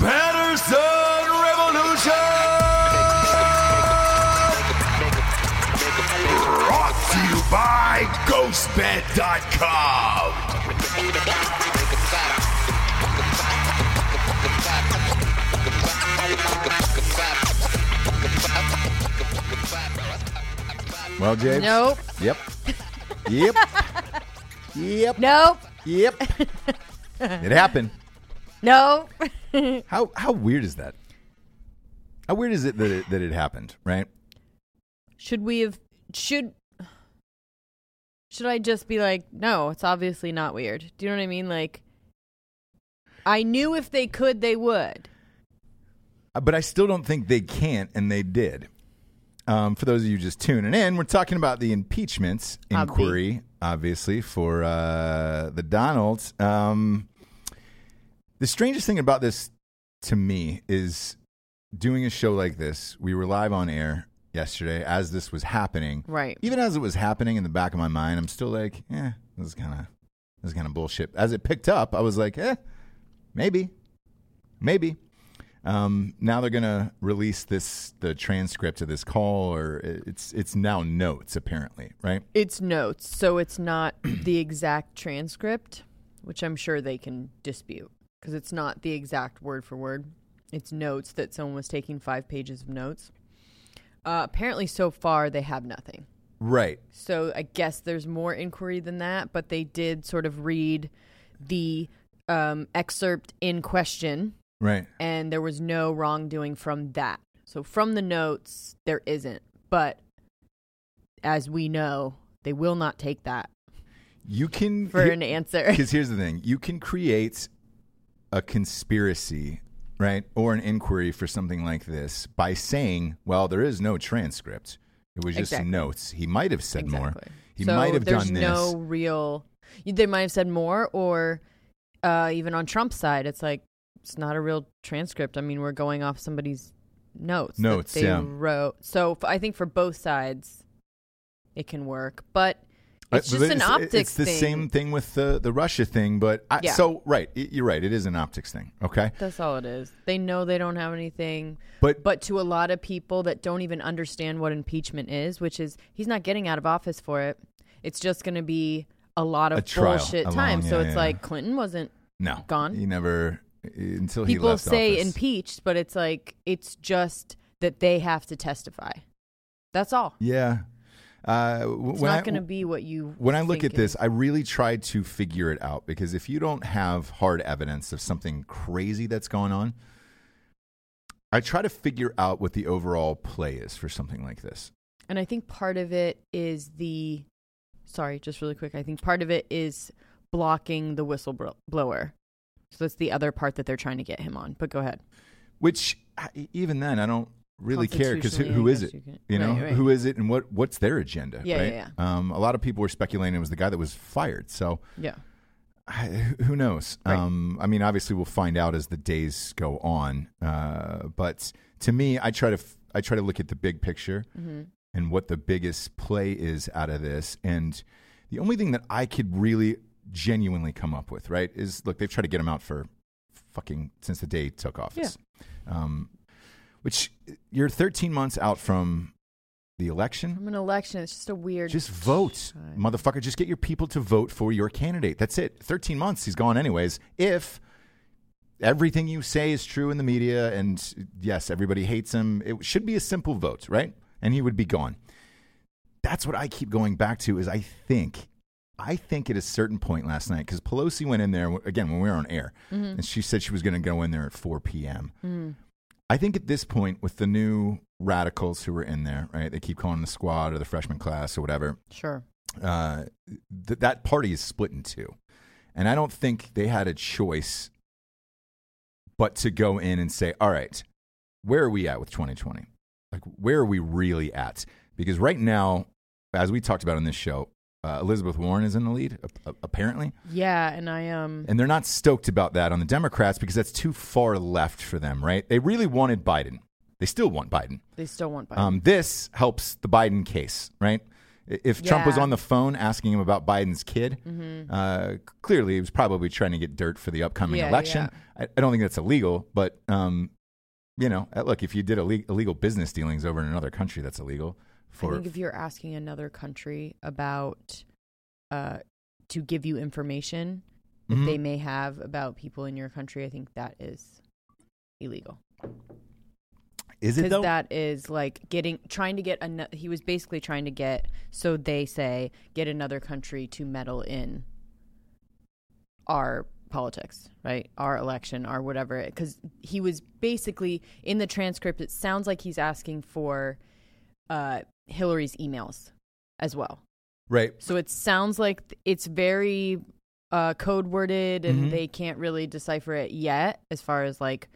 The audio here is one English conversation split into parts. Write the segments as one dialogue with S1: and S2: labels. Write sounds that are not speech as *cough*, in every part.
S1: Patterson Revolution! Brought to you by GhostBed.com! Well, James.
S2: Nope.
S1: Yep. Yep. yep.
S2: Nope.
S1: Yep. it happened.
S2: Nope.
S1: How how weird is that? How weird is it that it, that it happened, right?
S3: Should we have should should I just be like, no, it's obviously not weird. Do you know what I mean? Like I knew if they could they would.
S1: Uh, But I still don't think they can't, and they did. Um, for those of you just tuning in, we're talking about the impeachment
S3: Obvi.
S1: inquiry, obviously, for uh, the Donalds. Um, the strangest thing about this to me is doing a show like this. We were live on air yesterday as this was happening.
S3: Right.
S1: Even as it was happening in the back of my mind, I'm still like, eh, this is kind of this is kind of bullshit. As it picked up, I was like, eh, maybe, maybe. Um, now they're gonna release this the transcript of this call, or it's it's now notes apparently, right?
S3: It's notes, so it's not *clears throat* the exact transcript, which I'm sure they can dispute because it's not the exact word for word. It's notes that someone was taking five pages of notes. Uh, apparently, so far, they have nothing.
S1: Right.
S3: So I guess there's more inquiry than that, but they did sort of read the um, excerpt in question,
S1: Right.
S3: and there was no wrongdoing from that. So from the notes, there isn't. But as we know, they will not take that
S1: You can *laughs*
S3: for an answer.
S1: Because here's the thing you can create a conspiracy, right, or an inquiry for something like this by saying, well, there is no transcript. It was just
S3: Exactly.
S1: notes. He might have said more.
S3: Exactly.
S1: He
S3: So
S1: might have
S3: there's
S1: done this.
S3: no real. you- They might have said more, or uh, even on Trump's side, it's like it's not a real transcript. I mean, we're going off somebody's notes. that
S1: Notes,
S3: they
S1: yeah.
S3: wrote. So f- I think for both sides, it can work, but
S1: Uh,
S3: it's
S1: but
S3: just an optics
S1: It's the
S3: thing.
S1: same thing with the, the Russia thing, but I,
S3: Yeah.
S1: so, right, y- you're right. It is an optics thing, okay?
S3: That's all it is. They know they don't have anything.
S1: But-
S3: but to a lot of people that don't even understand what impeachment is, which is he's not getting out of office for it. It's just going to be a lot of
S1: A trial,
S3: bullshit
S1: a long-
S3: time. so
S1: yeah,
S3: it's
S1: yeah.
S3: like Clinton wasn't
S1: No.
S3: Gone?
S1: He never, until he
S3: people
S1: left
S3: say
S1: office.
S3: impeached, but it's like it's just that they have to testify. That's all.
S1: Yeah. Uh, w-
S3: It's
S1: when I-
S3: not going to be what you.
S1: when I look
S3: think
S1: at
S3: it
S1: this,
S3: is.
S1: I really try to figure it out because if you don't have hard evidence of something crazy that's going on, I try to figure out what the overall play is for something like this.
S3: and I think part of it is the. Sorry, just really quick. I think part of it is blocking the whistleblower. So that's the other part that they're trying to get him on. But go ahead.
S1: Which I- e, even then, I don't really care because who,
S3: Constitutionally,
S1: who
S3: I
S1: is
S3: guess
S1: it?
S3: you can-
S1: You know,
S3: Right, right.
S1: who is it, and what what's their agenda?
S3: Yeah,
S1: right?
S3: yeah,
S1: Um, a lot of people were speculating it was the guy that was fired. So
S3: Yeah.
S1: I, who knows?
S3: Right.
S1: Um, I mean, obviously, we'll find out as the days go on. Uh, but to me, I try to f- I try to look at the big picture
S3: Mm-hmm.
S1: and what the biggest play is out of this. And the only thing that I could really genuinely come up with, right, is look, they've tried to get him out for fucking since the day he took office. Um, which you're 13 months out from the election.
S3: From an election, it's just a weird.
S1: Just vote,
S3: Right.
S1: motherfucker. Just get your people to vote for your candidate. That's it. 13 months, he's gone anyways. If everything you say is true in the media and yes, everybody hates him, it should be a simple vote, right? And he would be gone. That's what I keep going back to is I think I think at a certain point last night because Pelosi went in there again when we were on air and she said she was going to go in there at 4 p.m. I think at this point, with the new radicals who are in there, right? They keep calling them the squad or the freshman class or whatever.
S3: Sure.
S1: Uh, th- that party is split in two, and I don't think they had a choice but to go in and say, "All right, where are we at with 2020? Like, where are we really at?" Because right now, as we talked about on this show, uh, Elizabeth Warren is in the lead, a- a- apparently,
S3: Yeah, and I um.
S1: and they're not stoked about that on the Democrats because that's too far left for them, right? They really wanted Biden. They still want Biden.
S3: They still want Biden.
S1: Um, this helps the Biden case, right? I- If Trump was
S3: Yeah.
S1: on the phone asking him about Biden's kid,
S3: Mm-hmm.
S1: uh, c- clearly he was probably trying to get dirt for the upcoming
S3: Yeah,
S1: election. I, I don't think that's illegal, but um, you know, uh, look, if you did ille- illegal business dealings over in another country, that's illegal.
S3: I
S1: For
S3: think if you're asking another country about uh, to give you information
S1: Mhm.
S3: that they may have about people in your country, I think that is illegal.
S1: is it
S3: Because
S1: though?
S3: that is like getting trying to get another. He was basically trying to get, so they say, get another country to meddle in our politics, right? Our election, our whatever. Because he was basically in the transcript. It sounds like he's asking for uh, Hillary's emails as well.
S1: right.
S3: So it sounds like th- it's very uh, code worded and
S1: Mhm.
S3: they can't really decipher it yet as far as like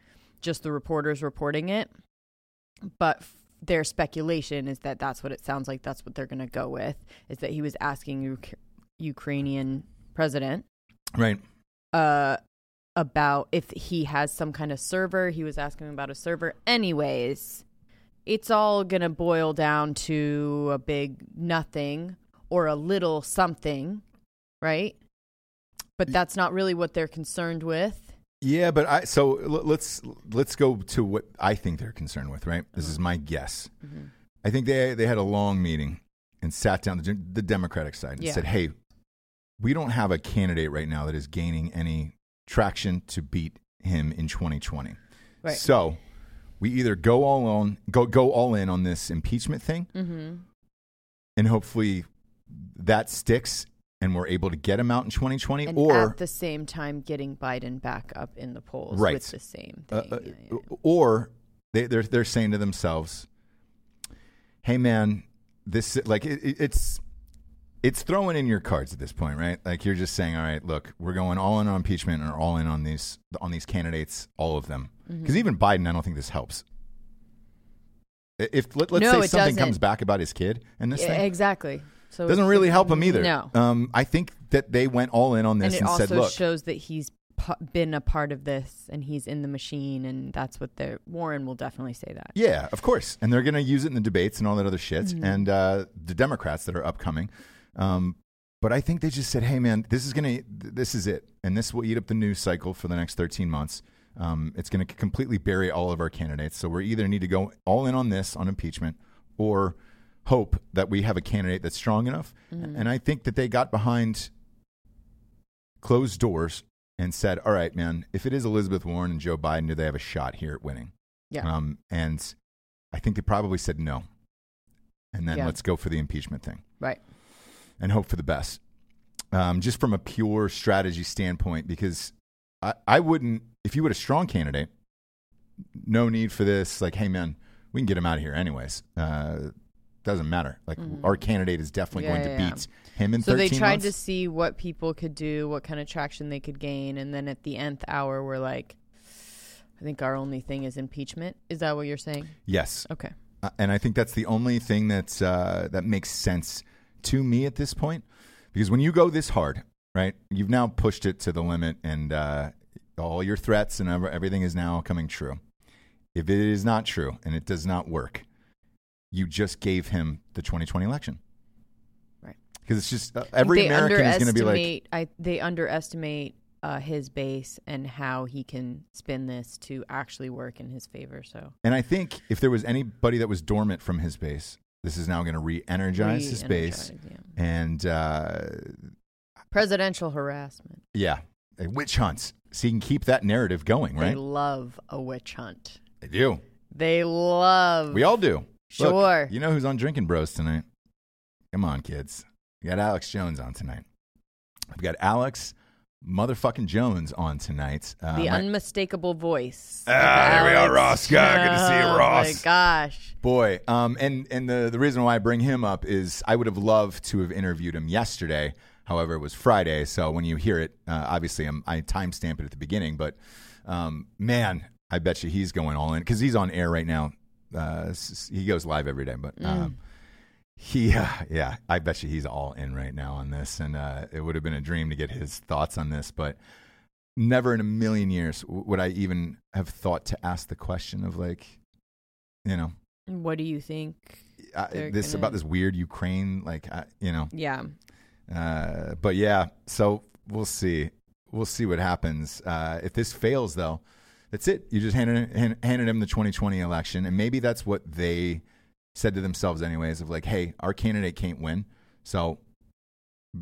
S3: just the reporters reporting it. But f- their speculation is that that's what it sounds like. That's what they're going to go with is that he was asking Uk- Ukrainian president
S1: Right.
S3: uh, about if he has some kind of server. He was asking about a server. Anyways, it's all going to boil down to a big nothing or a little something, right? But that's not really what they're concerned with.
S1: Yeah, but I so l- let's let's go to what I think they're concerned with. Right, this
S3: Uh-huh.
S1: is my guess.
S3: Mm-hmm.
S1: I think they they had a long meeting and sat down the, the Democratic side and
S3: Yeah.
S1: said, "Hey, we don't have a candidate right now that is gaining any traction to beat him in 2020.
S3: Right.
S1: So we either go all on go go all in on this impeachment thing,
S3: Mm-hmm.
S1: and hopefully that sticks." And we're able to get him out in 2020,
S3: And
S1: or
S3: at the same time, getting Biden back up in the polls
S1: Right.
S3: with the same
S1: Uh,
S3: thing.
S1: uh,
S3: Yeah, yeah.
S1: or they, they're they're saying to themselves, "Hey, man, this like it, it- it's it's throwing in your cards at this point, right? Like you're just saying, all right, look, we're going all in on impeachment and all in on these on these candidates, all of them,
S3: Mm-hmm.
S1: because even Biden, I don't think this helps." I- If let, let's
S3: No,
S1: say
S3: it
S1: something
S3: doesn't.
S1: comes back about his kid and this
S3: Yeah,
S1: thing
S3: exactly. So
S1: doesn't
S3: it's-
S1: really help him either.
S3: No.
S1: um, I think that they went all in on
S3: and
S1: this
S3: it
S1: and,
S3: also
S1: said, "Look,
S3: shows that he's pu- been a part of this and he's in the machine, and that's what the Warren will definitely say that.
S1: Yeah, of course. And they're going to use it in the debates and all that other shit. And uh, the Democrats that are upcoming. Um, but I think they just said, hey, man, this is going to, this is it. And this will eat up the news cycle for the next 13 months. Um, it's going to completely bury all of our candidates. So we either need to go all in on this, on impeachment, or hope that we have a candidate that's strong enough.
S3: Mm.
S1: And I think that they got behind closed doors and said, all right, man, if it is Elizabeth Warren and Joe Biden, do they have a shot here at winning?
S3: Yeah.
S1: Um, and I think they probably said no. And then
S3: Yeah.
S1: let's go for the impeachment thing
S3: Right.
S1: and hope for the best. Um, just from a pure strategy standpoint, because I, I wouldn't, if you had a strong candidate, no need for this. Like, hey, man, we can get him out of here anyways. Uh, doesn't matter. Like, our candidate is definitely
S3: Yeah,
S1: going
S3: Mm-hmm. yeah,
S1: to
S3: yeah.
S1: beat him in
S3: So
S1: 13
S3: they tried to
S1: months.
S3: see what people could do, what kind of traction they could gain, and then at the nth hour, we're like, I think our only thing is impeachment. Is that what you're saying?
S1: yes.
S3: Okay.
S1: Uh, and I think that's the only thing that's uh, that makes sense to me at this point, because when you go this hard, right, you've now pushed it to the limit, and uh, all your threats and ev- everything is now coming true. If it is not true and it does not work, you just gave him the 2020 election,
S3: Right.
S1: Because it's just uh, every
S3: they
S1: American is going to be like,
S3: underestimate- I, they underestimate uh, his base and how he can spin this to actually work in his favor. So
S1: and I think if there was anybody that was dormant from his base, this is now going to re-energize his base,
S3: re-energize, yeah.
S1: and uh,
S3: Presidential harassment.
S1: Yeah. Like witch hunts. So you can keep that narrative going,
S3: They
S1: right?
S3: love a witch hunt.
S1: They do.
S3: They love.
S1: We all do. Look,
S3: Sure.
S1: you know who's on Drinking Bros tonight? Come on, kids. We got Alex Jones on tonight. I've got Alex motherfucking Jones on tonight. Uh,
S3: the
S1: my-
S3: unmistakable voice. of
S1: Ah, there we are,
S3: Alex *laughs*
S1: Ross. God, good to see you,
S3: Jones.
S1: Ross.
S3: My gosh.
S1: boy. Um, and and the, the reason why I bring him up is I would have loved to have interviewed him yesterday. However, it was Friday. So when you hear it, uh, obviously I'm, I timestamp it at the beginning. But um, man, I bet you he's going all in because he's on air right now. Uh, s- s- he goes live every day. But
S3: Mm.
S1: um, he, uh, yeah, I bet you he's all in right now on this. And uh, it would have been a dream to get his thoughts on this. But never in a million years w- would I even have thought to ask the question of like, you know,
S3: Mm. What do you think?
S1: I,
S3: They're
S1: this
S3: gonna-
S1: about this weird Ukraine, like I, you know.
S3: Yeah.
S1: Uh, but yeah, so we'll see. We'll see what happens. Uh, if this fails, though, that's it. You just handed hand, handed him the 2020 election, and maybe that's what they said to themselves, anyways. Of like, hey, our candidate can't win, so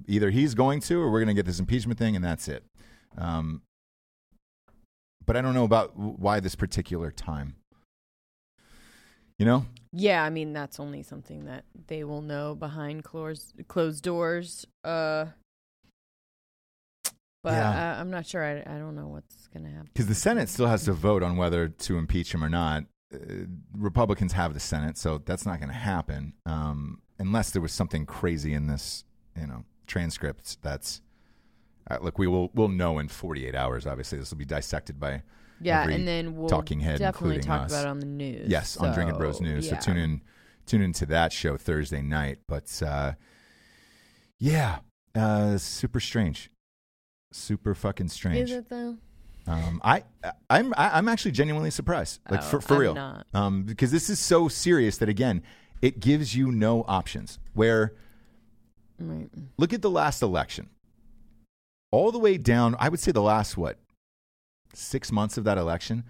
S1: either he's going to, or we're going to get this impeachment thing, and that's it. Um, but I don't know about w- why this particular time. You know,
S3: Yeah, I mean that's only something that they will know behind closed closed doors. Uh but
S1: Yeah.
S3: uh, I'm not sure. I, I don't know what's going to happen.
S1: because the Senate still has to vote on whether to impeach him or not. Uh, Republicans have the Senate, so that's not going to happen um, unless there was something crazy in this, you know, transcript. That's uh, look, we will we'll know in 48 hours. Obviously, this will be dissected by
S3: Yeah,
S1: every
S3: and then we'll
S1: talking head,
S3: definitely
S1: including
S3: talk
S1: us.
S3: about it on the news.
S1: yes on Drinking Bros
S3: So,
S1: News.
S3: yeah.
S1: So tune in tune into that show Thursday night. But uh, yeah, uh, super strange, super fucking strange.
S3: Is it though?
S1: Um, I I'm I- I'm actually genuinely surprised, like
S3: Oh,
S1: for for
S3: I'm
S1: real,
S3: not.
S1: Um, because this is so serious that again, it gives you no options. Where
S3: Right.
S1: look at the last election, all the way down. I would say the last what six months of that election,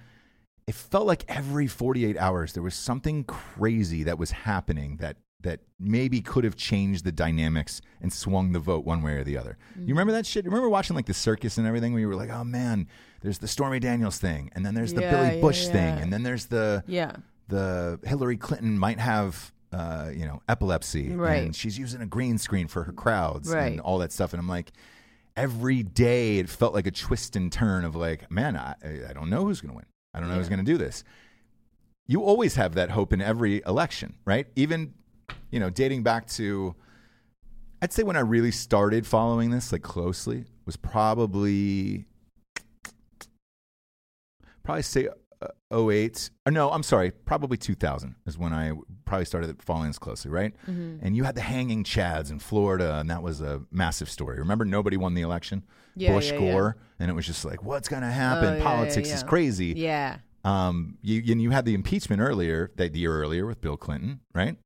S1: it felt like every 48 hours there was something crazy that was happening that that maybe could have changed the dynamics and swung the vote one way or the other.
S3: Mm-hmm.
S1: You remember that shit? You remember watching like the circus and everything where you were like, "Oh man, there's the Stormy Daniels thing, and then there's the
S3: Yeah,
S1: Billy
S3: yeah,
S1: Bush thing,
S3: yeah.
S1: and then there's the
S3: Yeah.
S1: the Hillary Clinton might have uh, you know epilepsy,
S3: Right.
S1: And she's using a green screen for her crowds
S3: Right.
S1: and all that stuff. And I'm like, every day it felt like a twist and turn of like, man, I, I don't know who's going to win. I don't know who's going to do this. You always have that hope in every election, right? Even you know, dating back to, I'd say when I really started following this like closely was probably probably say uh, 08 or no i'm sorry probably 2000 is when i probably started following this closely right
S3: Mm-hmm.
S1: and you had the hanging chads in florida and that was a massive story remember nobody won the election
S3: Yeah,
S1: bush
S3: yeah, yeah.
S1: gore and it was just like what's going to happen
S3: Oh, yeah,
S1: politics
S3: yeah,
S1: is
S3: yeah.
S1: crazy
S3: Yeah.
S1: um, you, and you had the impeachment earlier that year earlier with bill clinton right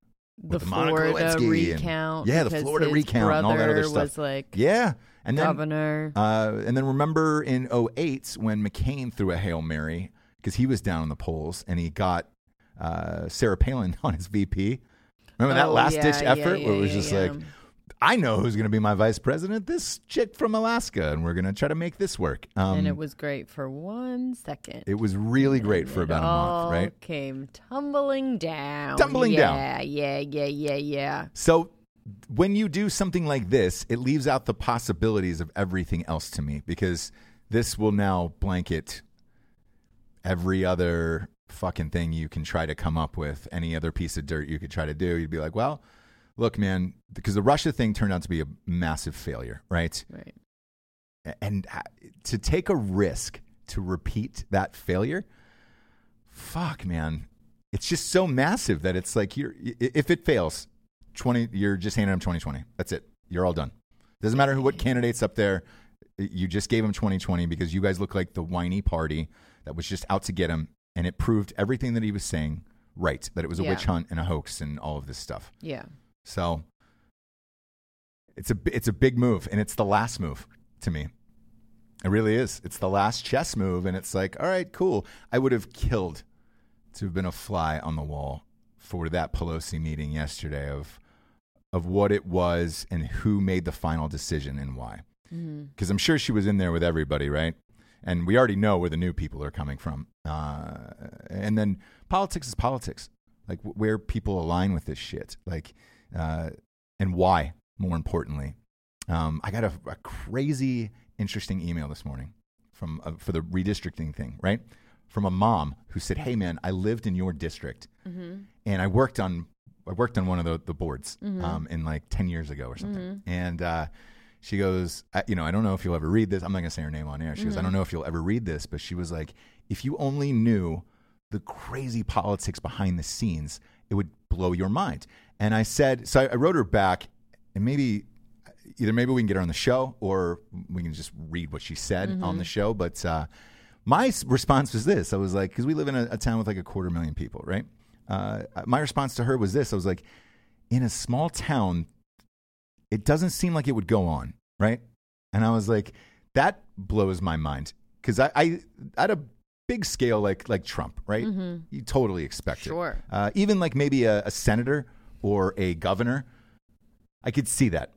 S3: The,
S1: the Monica
S3: Florida
S1: Lewinsky and-
S3: recount.
S1: Yeah, the
S3: because
S1: Florida
S3: his
S1: recount and all that other
S3: brother
S1: stuff.
S3: was like
S1: yeah and then
S3: governor.
S1: Uh, and then remember in 08 when McCain threw a Hail Mary because he was down in the polls and he got uh, Sarah Palin *laughs* on his VP. Remember that
S3: Oh,
S1: last
S3: yeah,
S1: ditch
S3: yeah,
S1: effort where it
S3: yeah,
S1: was
S3: yeah,
S1: just
S3: yeah.
S1: like, I know who's going to be my vice president, this chick from Alaska, and we're going to try to make this work. Um,
S3: and it was great for one second.
S1: it was really great for
S3: It
S1: about a
S3: all
S1: month, right?
S3: Came tumbling down.
S1: Tumbling down.
S3: Yeah, yeah, yeah, yeah, yeah.
S1: So when you do something like this, it leaves out the possibilities of everything else to me because this will now blanket every other fucking thing you can try to come up with, any other piece of dirt you could try to do. You'd be like, well, look, man, because the Russia thing turned out to be a massive failure, right?
S3: Right.
S1: and uh, to take a risk to repeat that failure fuck man it's just so massive that it's like you're i- if it fails 20 you're just handing them 2020 that's it you're all done doesn't matter who what candidates up there you just gave him 2020 because you guys look like the whiny party that was just out to get him and it proved everything that he was saying right that it was a
S3: Yeah.
S1: witch hunt and a hoax and all of this stuff
S3: Yeah.
S1: so it's a bi- it's a big move, and it's the last move to me. It really is. It's the last chess move, and it's like, all right, cool. I would have killed to have been a fly on the wall for that Pelosi meeting yesterday of of what it was and who made the final decision and why. Because I'm sure she was in there with everybody, right? And we already know where the new people are coming from. Uh, and then politics is politics, like wh- where people align with this shit, like uh, and why. More importantly, um, I got a, a crazy, interesting email this morning from uh, for the redistricting thing, right? From a mom who said, "Hey, man, I lived in your district, and I worked on I worked on one of the, the boards um, in like ten years ago or something." And uh, she goes, I, "You know, I don't know if you'll ever read this. I'm not gonna say her name on air." She goes, "I don't know if you'll ever read this," but she was like, "If you only knew the crazy politics behind the scenes, it would blow your mind." And I said, so I, I wrote her back, and maybe either maybe we can get her on the show or we can just read what she said on the show. But uh, my s- response was this I was like, because we live in a, a town with like a quarter million people, right? Uh, my response to her was this I was like, in a small town, it doesn't seem like it would go on, right? And I was like, that blows my mind because I, I at a big scale like like Trump, right? You totally expect it.
S3: Sure.
S1: Uh, even like maybe a, a senator or a governor, I could see that,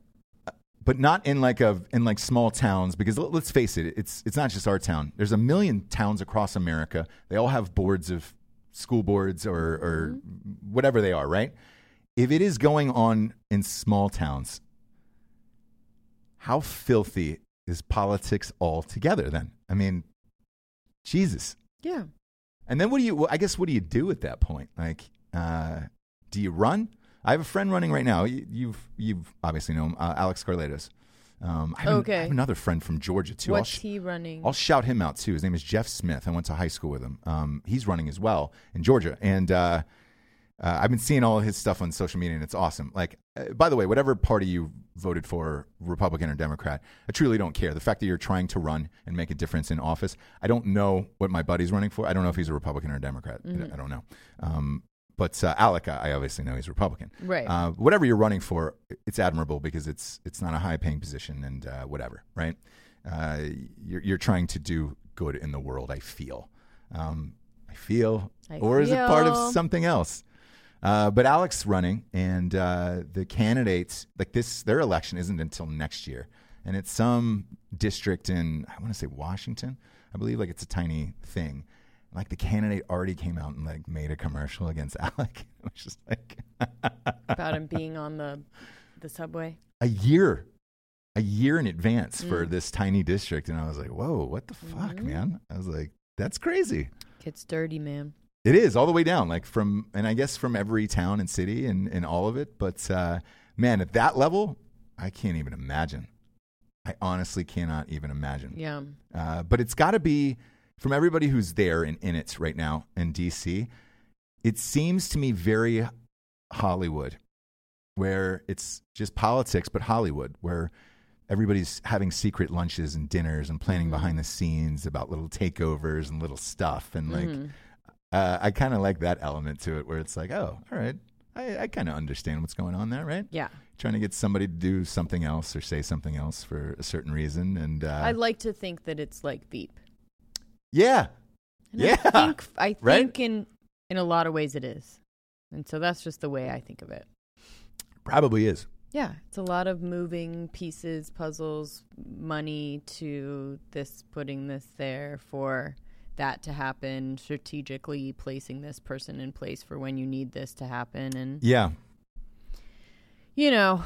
S1: Uh, but not in like a in like small towns because l- let's face it, it's it's not just our town. There's a million towns across America. They all have boards of school boards or or whatever they are, right? If it is going on in small towns, how filthy is politics altogether then? I mean, Jesus.
S3: Yeah.
S1: And then what do you? Well, I guess what do you do at that point? Like, uh, do you run? I have a friend running right now. You, you've you've obviously known him, uh, Alex Carletos. Um, I have an- I
S3: Okay.
S1: have another friend from Georgia too. I'll
S3: What's
S1: sh-
S3: he running?
S1: I'll shout him out too. His name is Jeff Smith. I went to high school with him. Um, he's running as well in Georgia, and uh, uh, I've been seeing all his stuff on social media, and it's awesome. Like, uh, by the way, whatever party you voted for, Republican or Democrat, I truly don't care. The fact that you're trying to run and make a difference in office, I don't know what my buddy's running for. I don't know if he's a Republican or a Democrat. I- I, don't know. Um, but uh, Alec, I I obviously know he's Republican.
S3: Right.
S1: Uh, whatever you're running for, it's admirable because it's it's not a high paying position and uh, whatever, right? uh, you're, you're trying to do good in the world. I feel, um, I feel,
S3: I
S1: or is it part
S3: feel.
S1: of something else? Uh, but Alex running, and uh, the candidates like this, their election isn't until next year, and it's some district in I want to say Washington, I believe. Like it's a tiny thing. Like the candidate already came out and like made a commercial against *laughs* Alec. It was just like *laughs*
S3: about him being on the the subway.
S1: a year a year in advance for this tiny district and i was like whoa what the fuck man i was like that's crazy
S3: Gets dirty, man.
S1: it is all the way down like from and i guess from every town and city and, and all of it but uh, man at that level i can't even imagine i honestly cannot even imagine
S3: Yeah.
S1: uh, but it's got to be from everybody who's there and in it right now in DC. It seems to me very Hollywood, where it's just politics, but Hollywood, where everybody's having secret lunches and dinners and planning behind the scenes about little takeovers and little stuff. And like,
S3: Mm-hmm.
S1: uh, I kind of like that element to it, where it's like, oh, all right, I, I kind of understand what's going on there, right?
S3: Yeah.
S1: Trying to get somebody to do something else or say something else for a certain reason, and uh,
S3: I like to think that it's like Veep.
S1: yeah,
S3: And
S1: Yeah.
S3: I think I think
S1: Right?
S3: in in a lot of ways it is. And so that's just the way I think of it.
S1: Probably is.
S3: Yeah, it's a lot of moving pieces, puzzles, money to this putting this there for that to happen, strategically placing this person in place for when you need this to happen and
S1: Yeah.
S3: you know,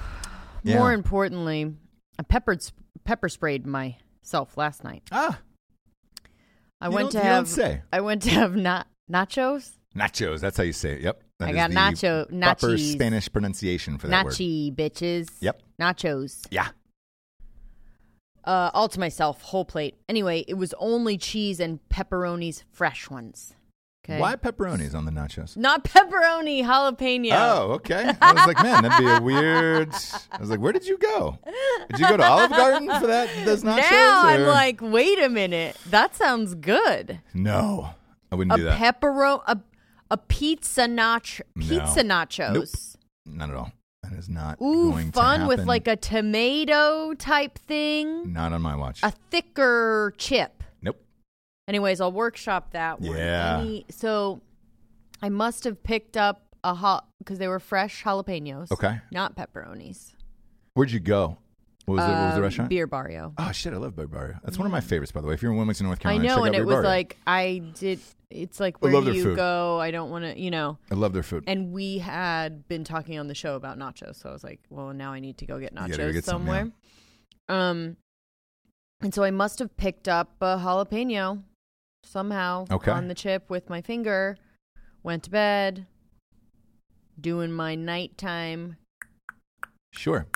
S1: Yeah.
S3: more importantly, I peppered sp- pepper sprayed myself last night.
S1: Ah,
S3: I
S1: You
S3: went
S1: don't-
S3: to
S1: you don't
S3: have
S1: say.
S3: I went to have not nachos.
S1: nachos. That's how you say it. Yep. That
S3: I
S1: is
S3: got
S1: the
S3: nacho-
S1: Proper
S3: nachis.
S1: Spanish pronunciation for that word.
S3: Nachi bitches.
S1: Yep.
S3: Nachos.
S1: Yeah.
S3: Uh, all to myself, whole plate. Anyway, it was only cheese and pepperonis, fresh ones. Okay.
S1: Why pepperonis on the nachos?
S3: Not pepperoni, jalapeno.
S1: Oh, okay. I was like, man, that'd be a weird. I was like, where did you go? Did you go to Olive Garden for that? Those nachos?
S3: now I'm
S1: or-
S3: like, wait a minute, that sounds good.
S1: no, I wouldn't
S3: a
S1: do that.
S3: pepperoni, a, a pizza nacho,
S1: No.
S3: pizza nachos.
S1: not at all. That is not
S3: Ooh,
S1: going
S3: fun
S1: to
S3: with
S1: happen.
S3: like a tomato type thing,
S1: Not on my watch.
S3: a thicker chip.
S1: nope.
S3: Anyways, I'll workshop that one.
S1: Yeah.
S3: Any- so I must have picked up a hot because they were fresh jalapenos.
S1: Okay.
S3: Not pepperonis.
S1: Where'd you go? What was, the, what was the
S3: Um,
S1: restaurant?
S3: Beer Barrio.
S1: Oh shit, I love Barbario. That's one of my favorites, by the way. If you're in Wilmington, North
S3: I
S1: Carolina,
S3: know,
S1: check out
S3: and it was
S1: Barbario.
S3: like I did. It's
S1: I
S3: like where
S1: love
S3: do
S1: their
S3: you
S1: food.
S3: go? I don't want to, you know.
S1: I love their food.
S3: And we had been talking on the show about nachos, so I was like, well, now I need to go get
S1: gotta go
S3: nachos
S1: get some,
S3: somewhere. Um, and so I must have picked up a jalapeno somehow
S1: Okay.
S3: on the chip with my finger. Went to bed, doing my nighttime
S1: Sure.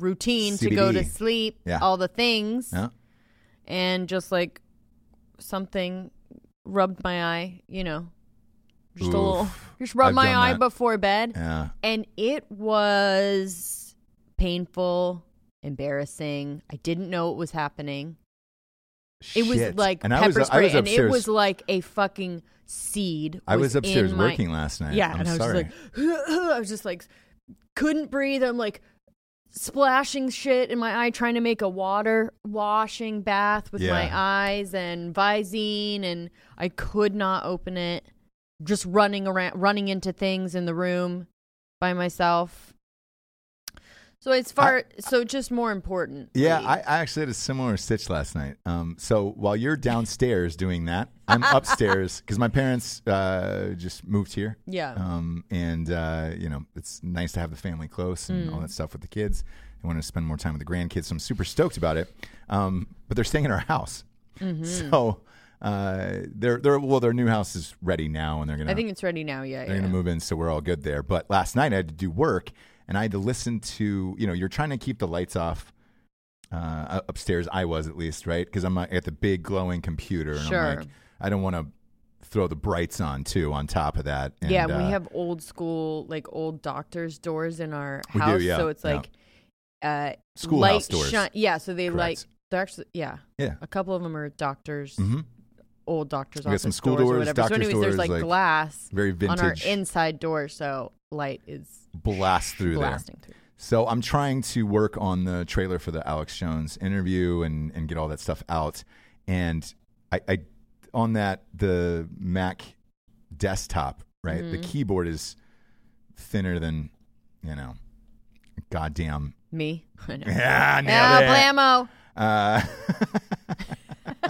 S3: routine to go to
S1: CBD.
S3: sleep,
S1: Yeah.
S3: all the things,
S1: Yeah.
S3: and just like something rubbed my eye, you know, just a little,
S1: Oof.
S3: just rub
S1: I've
S3: my
S1: done
S3: eye
S1: that.
S3: before bed.
S1: Yeah.
S3: And it was painful, embarrassing. I didn't know it was happening. It was
S1: Shit.
S3: like
S1: and
S3: pepper
S1: I was,
S3: spray,
S1: I was
S3: and
S1: upstairs.
S3: it was like a fucking seed.
S1: I was
S3: in
S1: upstairs
S3: my-
S1: working last night.
S3: Yeah,
S1: I'm
S3: and I was
S1: sorry.
S3: just like, *laughs* I was just like, couldn't breathe. I'm like splashing shit in my eye, trying to make a water washing bath with my
S1: Yeah.
S3: eyes and Visine, and I could not open it. Just running around, running into things in the room by myself. So it's far, so just more important.
S1: yeah, I, I actually had a similar stitch last night. Um, so while you're downstairs doing that, I'm upstairs because my parents uh, just moved here.
S3: yeah,
S1: Um, and uh, you know, it's nice to have the family close and
S3: Hmm.
S1: all that stuff with the kids. They want to spend more time with the grandkids, so I'm super stoked about it. Um, but they're staying at our house,
S3: Mm-hmm.
S1: *laughs* so uh, they're, they're well, their new house is ready now, and they're gonna
S3: I think it's ready now. Yeah,
S1: They're
S3: yeah.
S1: going to move in, so we're all good there. But last night I had to do work, and I had to listen to you know you're trying to keep the lights off uh, upstairs. I was at least right because I'm uh, at the big glowing computer, and I'm
S3: Sure.
S1: like I don't want to throw the brights on too. On top of that, and,
S3: yeah,
S1: uh,
S3: we have old school, like old doctors' doors in our
S1: We do,
S3: house,
S1: yeah,
S3: so it's
S1: yeah.
S3: like uh,
S1: schoolhouse
S3: light
S1: doors.
S3: shi- yeah, so they
S1: Correct.
S3: like they're actually yeah,
S1: Yeah.
S3: A couple of them are doctors,
S1: Mhm.
S3: old doctors'
S1: We got
S3: office
S1: some school
S3: doors,
S1: doors,
S3: or whatever. So,
S1: doctor's
S3: anyways,
S1: doors,
S3: there's like,
S1: like,
S3: glass
S1: Very
S3: on our
S1: vintage
S3: inside door, so light is
S1: blast through there.
S3: blasting through.
S1: So I'm trying to work on the trailer for the Alex Jones interview and, and get all that stuff out. And I, I on that the Mac desktop, right?
S3: Mm-hmm.
S1: The keyboard is thinner than you know, goddamn. *laughs*
S3: Me. *laughs* I know.
S1: Yeah,
S3: Yeah,
S1: *laughs* nailed it. *laughs*
S3: blammo. *laughs*
S1: Uh,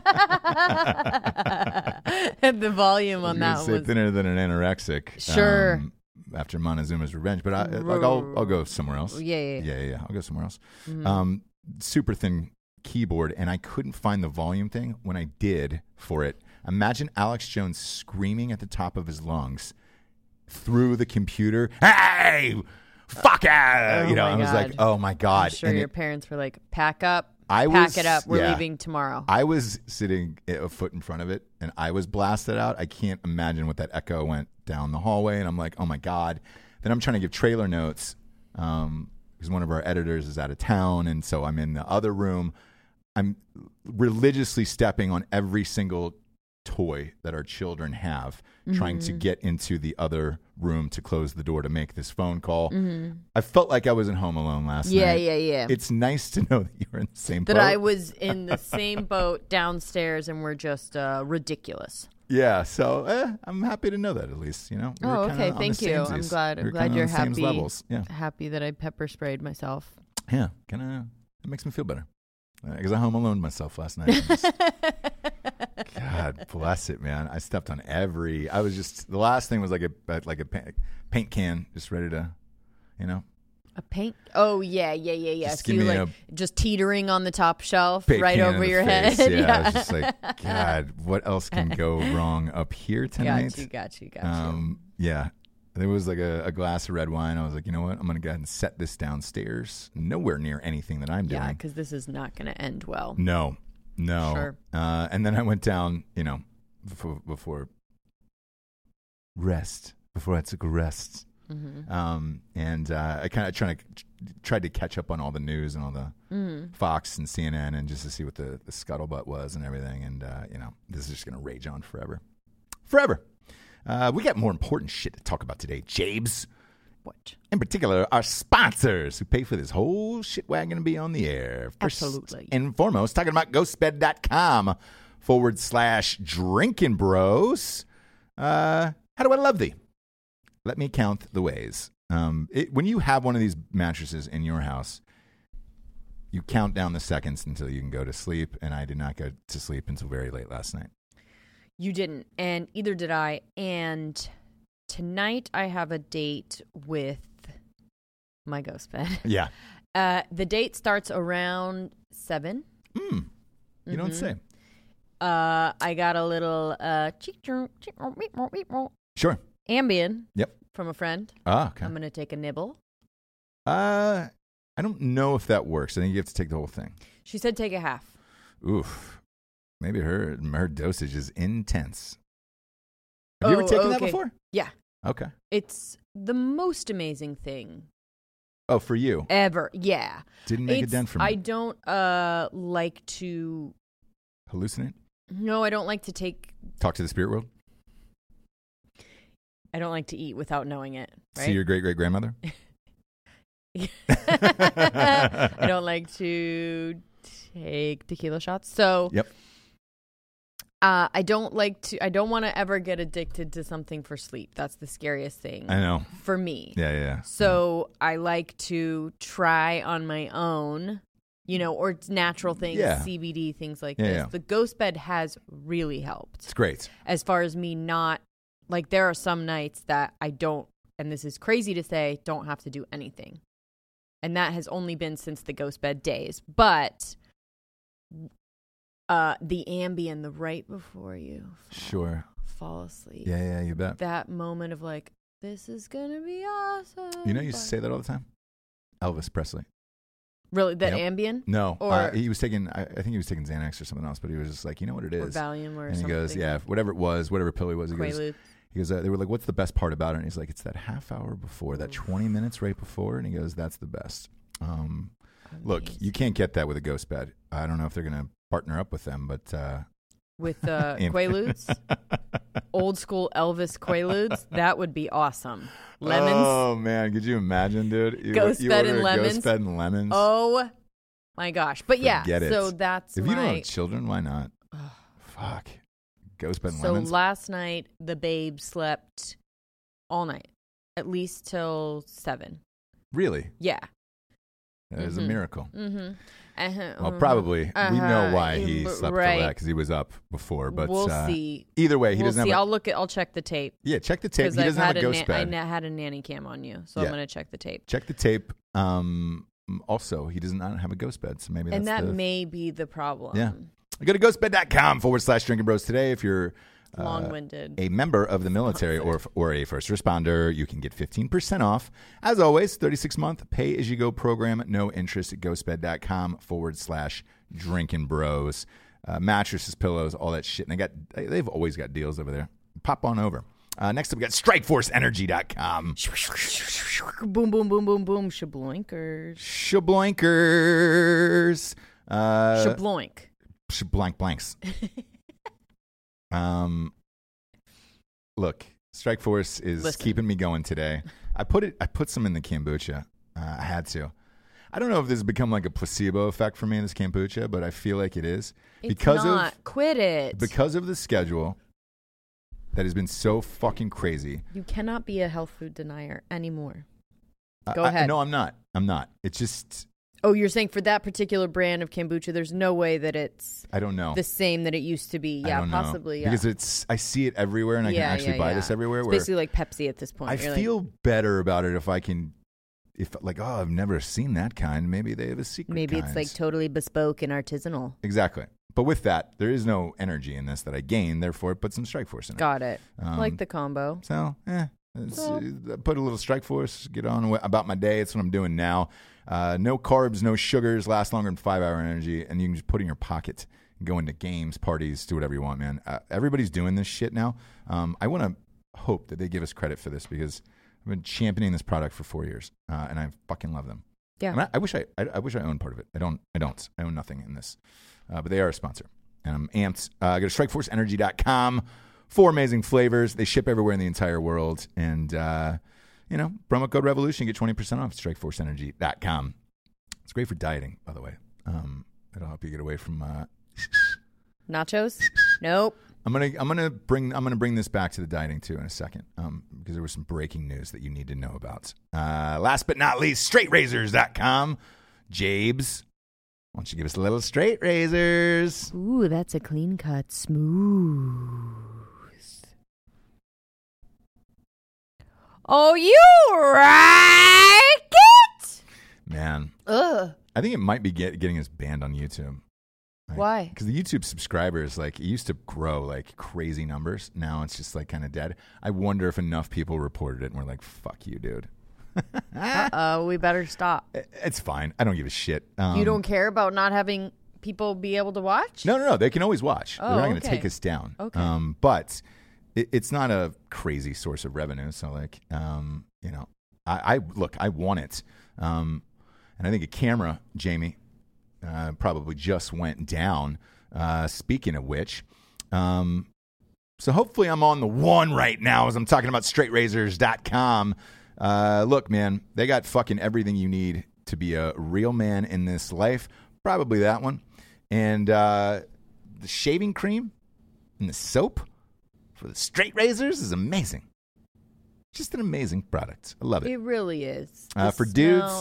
S1: *laughs*
S3: the volume on
S1: I was gonna
S3: that
S1: say
S3: was
S1: thinner than an anorexic.
S3: Sure.
S1: um, after Montezuma's Revenge, but I, like I'll I'll go somewhere else.
S3: Yeah, yeah, yeah.
S1: yeah, yeah. I'll go somewhere else.
S3: Mm-hmm.
S1: Um, super thin keyboard, and I couldn't find the volume thing when I did for it. Imagine Alex Jones screaming at the top of his lungs through the computer. Hey, fuck ah!"
S3: Oh
S1: you know,
S3: my
S1: I was like,
S3: God.
S1: oh my god.
S3: I'm sure
S1: And
S3: your
S1: it-
S3: parents were like, pack up,
S1: I
S3: pack
S1: was-
S3: it up. We're
S1: yeah.
S3: leaving tomorrow.
S1: I was sitting a foot in front of it and I was blasted out. I can't imagine what that echo went down the hallway. And I'm like, oh my God. Then I'm trying to give trailer notes because one of our editors is out of town. And so I'm in the other room. I'm religiously stepping on every single toy that our children have, trying
S3: Mm-hmm.
S1: to get into the other room to close the door to make this phone call. I felt like I was in Home Alone last
S3: Mm-hmm. yeah,
S1: night.
S3: yeah, yeah.
S1: It's nice to know that you're in the same
S3: that
S1: boat.
S3: I was
S1: *laughs*
S3: in the same boat downstairs and we're just uh, ridiculous.
S1: Yeah, so eh, I'm happy to know that at least you know. we were
S3: Oh,
S1: kinda
S3: okay,
S1: on the
S3: thank you. I'm
S1: samesies.
S3: glad- I'm
S1: We were
S3: glad
S1: kinda on
S3: you're
S1: the same
S3: happy.
S1: Levels, yeah,
S3: Happy that I pepper sprayed myself. *laughs*
S1: yeah, kind of. That makes me feel better because I home alone myself last night. and just- *laughs* God bless it, man. I stepped on every. I was just the last thing was like a like a paint, paint can, just ready to, you know,
S3: A paint? Oh yeah, yeah, yeah, yeah.
S1: Just
S3: so
S1: give
S3: you
S1: me
S3: like just teetering on the top shelf,
S1: paint
S3: right
S1: can
S3: over
S1: in
S3: your
S1: the face.
S3: head. *laughs*
S1: Yeah, I was just like, God, what else can go wrong up here tonight?
S3: got you, got you, got you.
S1: Um, yeah. There was like a, a glass of red wine. I was like, you know what? I'm going to go ahead and set this downstairs. Nowhere near anything that I'm Mm.
S3: yeah,
S1: doing.
S3: because this is not going to end well.
S1: No, no.
S3: Sure.
S1: Uh, and then I went down, you know, before, before rest, before I took a rest.
S3: Mm-hmm.
S1: Um, and uh, I kind of trying to tried to catch up on all the news and all the
S3: Mm.
S1: Fox and CNN and just to see what the, the scuttlebutt was and everything. And uh, you know, this is just gonna rage on forever, forever. Uh, we got more important shit to talk about today, Jabes.
S3: What?
S1: In particular, our sponsors who pay for this whole shit wagon to be on the air. First
S3: Absolutely.
S1: And foremost, talking about ghostbed.com forward slash drinking bros. Uh, how do I love thee? Let me count the ways. Um, it, when you have one of these mattresses in your house, you count down the seconds until you can go to sleep. And I did not go to sleep until very late last night.
S3: You didn't, and either did I. And tonight I have a date with my ghost bed.
S1: Yeah.
S3: Uh, the date starts around seven.
S1: Mm. You don't say.
S3: Uh, I got a little uh, cheek- cheek- meep- meep- meep- meep
S1: Sure.
S3: Ambien
S1: Yep.
S3: from a friend.
S1: Ah, okay.
S3: I'm gonna take a nibble.
S1: Uh, I don't know if that works. I think you have to take the whole thing.
S3: She said take a half.
S1: Oof. Maybe her her dosage is intense. Have you ever
S3: Oh,
S1: taken that
S3: okay.
S1: before?
S3: Yeah,
S1: Okay.
S3: it's the most amazing thing
S1: Oh, for you.
S3: ever. Yeah,
S1: Didn't make it
S3: It's-
S1: done for me.
S3: I don't uh like to.
S1: Hallucinate?
S3: No, I don't like to take.
S1: Talk to the spirit world?
S3: I don't like to eat without knowing it. Right.
S1: See your great great grandmother?
S3: *laughs*
S1: *laughs*
S3: I don't like to take tequila shots. So
S1: Yep.
S3: uh, I don't like to. I don't want to ever get addicted to something for sleep. That's the scariest thing
S1: I know.
S3: for me.
S1: Yeah, yeah, yeah.
S3: So I like to try on my own, you know, or it's natural things,
S1: Yeah.
S3: CBD things like
S1: Yeah,
S3: this.
S1: yeah.
S3: The ghost bed has really helped
S1: It's great.
S3: as far as me not like there are some nights that I don't and this is crazy to say don't have to do anything. And that has only been since the ghost bed days. But uh the Ambien the right before you
S1: Sure.
S3: fall asleep.
S1: Yeah, yeah, you bet.
S3: That moment of like this is going to be awesome.
S1: You know you
S3: but-
S1: say that all the time? Elvis Presley.
S3: Really that
S1: Yep.
S3: Ambien
S1: No. uh,
S3: Or-
S1: he was taking I, I think he was taking Xanax or something else, but he was just like, you know what it
S3: or
S1: is.
S3: Valium or
S1: and he
S3: something.
S1: goes, yeah, whatever it was, whatever pill he was, he goes,
S3: Quaalude.
S1: He goes, uh, they were like, what's the best part about it? And he's like, it's that half hour before, that
S3: Oof.
S1: 20 minutes right before. And he goes, that's the best. Um, look,
S3: Amazing.
S1: you can't get that with a ghost bed. I don't know if they're going to partner up with them, but uh,
S3: with
S1: *laughs*
S3: uh,
S1: In-
S3: Quaaludes, old school Elvis
S1: *laughs*
S3: Quaaludes. That would be awesome. Lemons.
S1: Oh man, could you imagine, dude? You,
S3: Ghost
S1: you
S3: bed
S1: order
S3: and
S1: a
S3: lemons.
S1: Ghost bed and lemons.
S3: Oh my gosh. But yeah,
S1: Forget it.
S3: so that's
S1: if
S3: my
S1: you don't have children, why not? Fuck, ghost bed and
S3: So
S1: lemons.
S3: last night the babe slept all night. At least till 7.
S1: really,
S3: Yeah.
S1: that is a
S3: Mhm.
S1: miracle.
S3: Mhm. Uh-huh.
S1: Well, probably we know
S3: Uh-huh.
S1: why he
S3: Mm,
S1: slept
S3: right.
S1: till that because he was up before. But
S3: we'll
S1: uh,
S3: see.
S1: Either way, he
S3: we'll
S1: doesn't
S3: see.
S1: have.
S3: i
S1: A,
S3: I'll look at I'll check the tape.
S1: yeah, check the tape.
S3: Because
S1: He
S3: I've
S1: doesn't have a
S3: had a
S1: ghost
S3: na- I
S1: bed.
S3: na- had a nanny cam on you, so
S1: Yeah.
S3: I'm gonna check the tape.
S1: Check the tape. Um, also, he does not have a ghost bed, so maybe
S3: and
S1: that's
S3: that
S1: the
S3: may be the problem.
S1: Yeah. Go to ghostbed.com forward slash drinking bros today. If you're uh,
S3: Long winded.
S1: a member of the military or, or a first responder, you can get 15% off. As always, 36 month pay as you go program, no interest at ghostbed.com forward slash drinking bros. Uh, mattresses, pillows, all that shit. And they got, they- they've always got deals over there. Pop on over. Uh, next up, we got strikeforceenergy.com.
S3: boom, boom, boom, boom, boom. Shabloinkers.
S1: Shablankers. Uh,
S3: Shabloink. *laughs*
S1: Sh- blank blanks. um, look, Strike Force is
S3: Listen.
S1: keeping me going today. I put it. I put some in the kombucha. Uh, I had to. I don't know if this has become like a placebo effect for me in this kombucha, but I feel like it is
S3: It's
S1: because
S3: not.
S1: of
S3: Quit it.
S1: because of the schedule that has been so fucking crazy.
S3: you cannot be a health food denier anymore.
S1: I-
S3: Go
S1: I-
S3: ahead.
S1: no, I'm not. I'm not. It's just
S3: Oh, you're saying for that particular brand of kombucha, there's no way that it's
S1: I don't know.
S3: the same that it used to be.
S1: I
S3: Yeah,
S1: don't know.
S3: possibly. Yeah.
S1: because it's. I see it everywhere, and I
S3: Yeah,
S1: can actually
S3: yeah,
S1: buy
S3: yeah.
S1: this everywhere.
S3: It's
S1: where
S3: basically like Pepsi at this point.
S1: I
S3: You're like,
S1: feel better about it if I can, if like, oh, I've never seen that kind. Maybe they have a secret.
S3: maybe it's
S1: kind.
S3: like totally bespoke and artisanal.
S1: exactly. But with that, there is no energy in this that I gain. Therefore, it put some strike force in it.
S3: Got it.
S1: Um,
S3: like the combo.
S1: So, eh, it's-
S3: Well-
S1: uh, put a little strike force. Get on wi- about my day. It's what I'm doing now. Uh, no carbs, no sugars. Last longer than five hour energy, and you can just put it in your pocket. and Go into games, parties, do whatever you want, man. Uh, everybody's doing this shit now. Um, I want to hope that they give us credit for this because I've been championing this product for four years, uh, and I fucking love them.
S3: Yeah.
S1: And I, I wish I, I I wish I owned part of it. I don't. I don't. I own nothing in this, uh, but they are a sponsor, and I'm amped. Uh, go to strikeforceenergy.com. Four amazing flavors. They ship everywhere in the entire world, and uh, you know promo code revolution get twenty percent off. at Strikeforceenergy.com. It's great for dieting, by the way. Um, it'll help you get away from. Uh, *laughs*
S3: Nachos? nope.
S1: I'm gonna I'm gonna bring I'm gonna bring this back to the dieting too in a second, um, because there was some breaking news that you need to know about. Uh, last but not least, straightrazors.com. Jabes, why don't you give us a little straight razors?
S3: Ooh, that's a clean cut. Smooth. Oh, you like it?
S1: Man,
S3: Ugh.
S1: I think it might be get, getting us banned on YouTube.
S3: Why?
S1: Because the YouTube subscribers like it used to grow like crazy numbers. Now it's just like kind of dead. I wonder if enough people reported it and were like, "Fuck you, dude."
S3: Uh, we better stop.
S1: It- It's fine. I don't give a shit. Um,
S3: you don't care about not having people be able to watch?
S1: No, no, no. They can always watch.
S3: Oh,
S1: They're not going to
S3: okay.
S1: take us down.
S3: Okay.
S1: Um, but it, it's not a crazy source of revenue. So, like, um, you know, I, I look, I want it. Um, and I think a camera, Jamie, uh, probably just went down. Uh, speaking of which, um, so hopefully I'm on the one right now as I'm talking about straightrazors.com. Uh, look, man, they got fucking everything you need to be a real man in this life. Probably that one. And uh, the shaving cream and the soap for the straight razors is amazing. Just an amazing product. I love it.
S3: It really is.
S1: Uh,
S3: The
S1: for
S3: smell-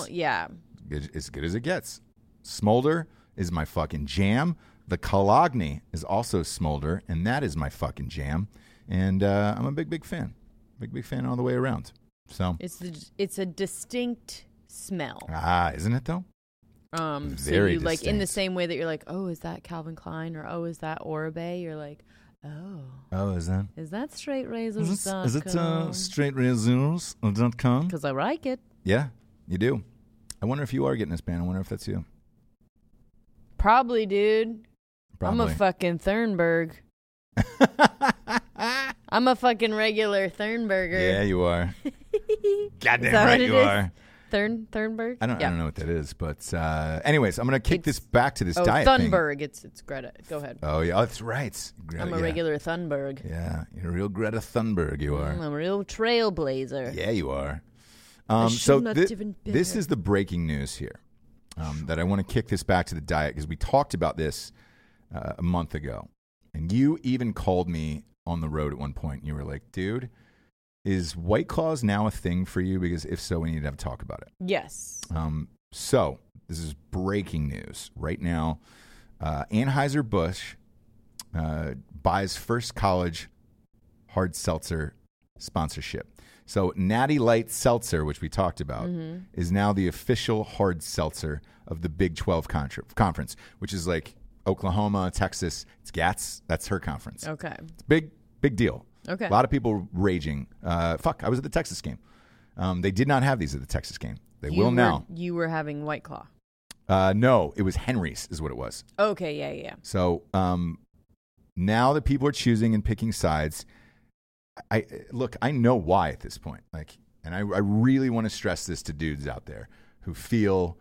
S1: dudes-
S3: Yeah.
S1: Good- as good as it gets. Smolder is my fucking jam. The Kalogni is also Smolder, and that is my fucking jam. And uh, I'm a big, big fan. Big, big fan all the way around. So,
S3: It's the, it's a distinct smell.
S1: ah, isn't it though?
S3: Um,
S1: Uh, very
S3: so you like in the
S1: distinct.
S3: same way that you're like, oh, is that Calvin Klein or oh, is that Oribe? You're like, oh,
S1: Oh, is that?
S3: is that Straight Razors?
S1: Is it, is it uh, straightrazors.com?
S3: Because I like it.
S1: Yeah, you do. I wonder if you are getting this band. I wonder if that's you.
S3: Probably, dude.
S1: Probably.
S3: I'm a fucking Thurnberg. I'm a fucking regular Thurnberger.
S1: *laughs* yeah, you are.
S3: *laughs* Is
S1: Goddamn
S3: that
S1: right
S3: what it
S1: you
S3: is?
S1: are.
S3: Thurn Thurnberg.
S1: I don't,
S3: Yeah.
S1: I don't know what that is, but uh, anyways, I'm gonna kick
S3: It's-
S1: this back to this
S3: Oh,
S1: diet thing.
S3: Thunberg. It's it's Greta. Go ahead.
S1: Oh yeah, oh, that's right. Greta,
S3: I'm a
S1: yeah.
S3: regular Thunberg.
S1: Yeah, you're a real Greta Thunberg. You are.
S3: Mm, I'm a real trailblazer.
S1: Yeah, you are. Um,
S3: should
S1: so
S3: not
S1: thi-
S3: even be
S1: this
S3: here.
S1: is the breaking news here um, that I want to kick this back to the diet because we talked about this uh, a month ago, and you even called me on the road at one point. And you were like, "Dude, is White Claws now a thing for you? Because if so, we need to have a talk about it."
S3: Yes.
S1: Um, so this is breaking news right now. Uh, Anheuser Busch uh, buys first college hard seltzer sponsorship. So Natty Light Seltzer, which we talked about,
S3: Mm-hmm.
S1: is now the official hard seltzer of the Big Twelve contra- conference, which is like Oklahoma, Texas. It's GATS. That's her conference.
S3: Okay.
S1: It's big, big deal.
S3: Oh. Okay.
S1: A lot of people raging. Uh, fuck, I was at the Texas game. Um, they did not have these at the Texas game. They
S3: You
S1: will
S3: were-
S1: now.
S3: You were having White Claw.
S1: Uh, no, it was Henry's, is what it was.
S3: Okay. Yeah. Yeah.
S1: So um, now that people are choosing and picking sides, I I- look. I know why at this point. Like, and I, I really want to stress this to dudes out there who feel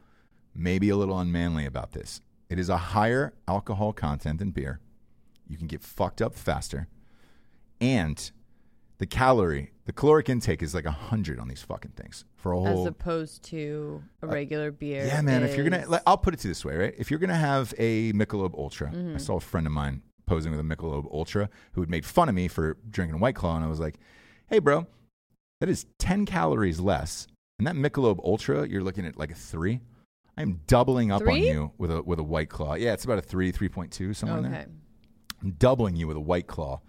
S1: maybe a little unmanly about this. It is a higher alcohol content than beer. You can get fucked up faster, and the calorie, the caloric intake is like hundred on these fucking things for a whole
S3: As opposed to a regular beer.
S1: yeah, man. If you're gonna,
S3: is-
S1: like, I'll put it to this way, right? If you're gonna have a Michelob Ultra,
S3: Mm-hmm.
S1: I saw a friend of mine posing with a Michelob Ultra who had made fun of me for drinking White Claw, and I was like, "Hey, bro, that is ten calories less, and that Michelob Ultra, you're looking at like a three. I'm doubling up on
S3: Three?
S1: you with a with a White Claw. Yeah, it's about a three, three point two, somewhere in there.
S3: okay.
S1: I'm doubling you with a white claw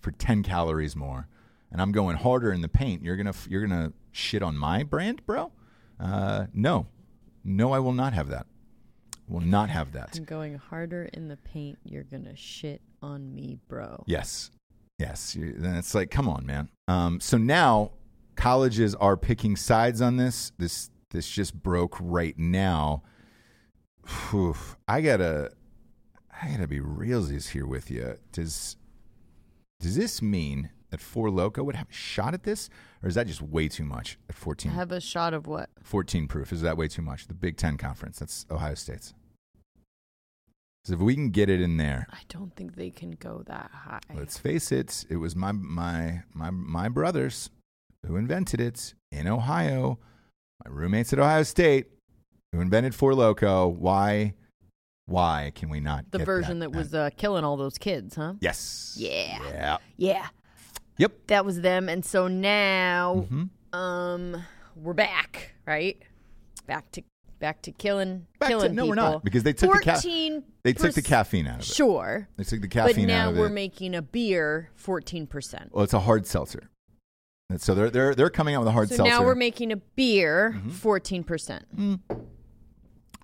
S1: for 10 calories more and I'm going harder in the paint. You're going to you're going to shit on my brand, bro? Uh, no. No, I will not have that. Will not have that.
S3: I'm going harder in the paint. You're gonna shit on me, bro.
S1: Yes. Yes. You- Then it's like, come on, man. Um, so now colleges are picking sides on this. This this just broke right now. Whew, I gotta I gotta be realsies here with you. Does does this mean that Four Loco would have a shot at this, or is that just way too much at 14,
S3: Have a shot of what?
S1: 14 proof? Is that way too much? The Big Ten conference. That's Ohio State's. 'Cause if we can get it in there,
S3: I don't think they can go that high.
S1: Let's face it, it was my my my my brothers who invented it in Ohio. My roommates at Ohio State who invented Four Loco. Why why can we not
S3: the
S1: get
S3: version that, was uh, killing all those kids, huh?
S1: Yes.
S3: Yeah.
S1: Yeah.
S3: Yeah,
S1: Yep.
S3: that was them. And so now,
S1: Mhm.
S3: um, we're back, right? Back to back to killing
S1: Back to-
S3: killing
S1: no,
S3: people.
S1: we're not, because they took the ca-
S3: fourteen.
S1: They took the caffeine out of it.
S3: Sure,
S1: They took the
S3: but
S1: caffeine
S3: now
S1: out of
S3: we're
S1: it.
S3: making a beer fourteen percent.
S1: well, it's a hard seltzer. And so they're they're they're coming out with a hard
S3: So
S1: seltzer. Mm-hmm.
S3: now we're making a beer 14 percent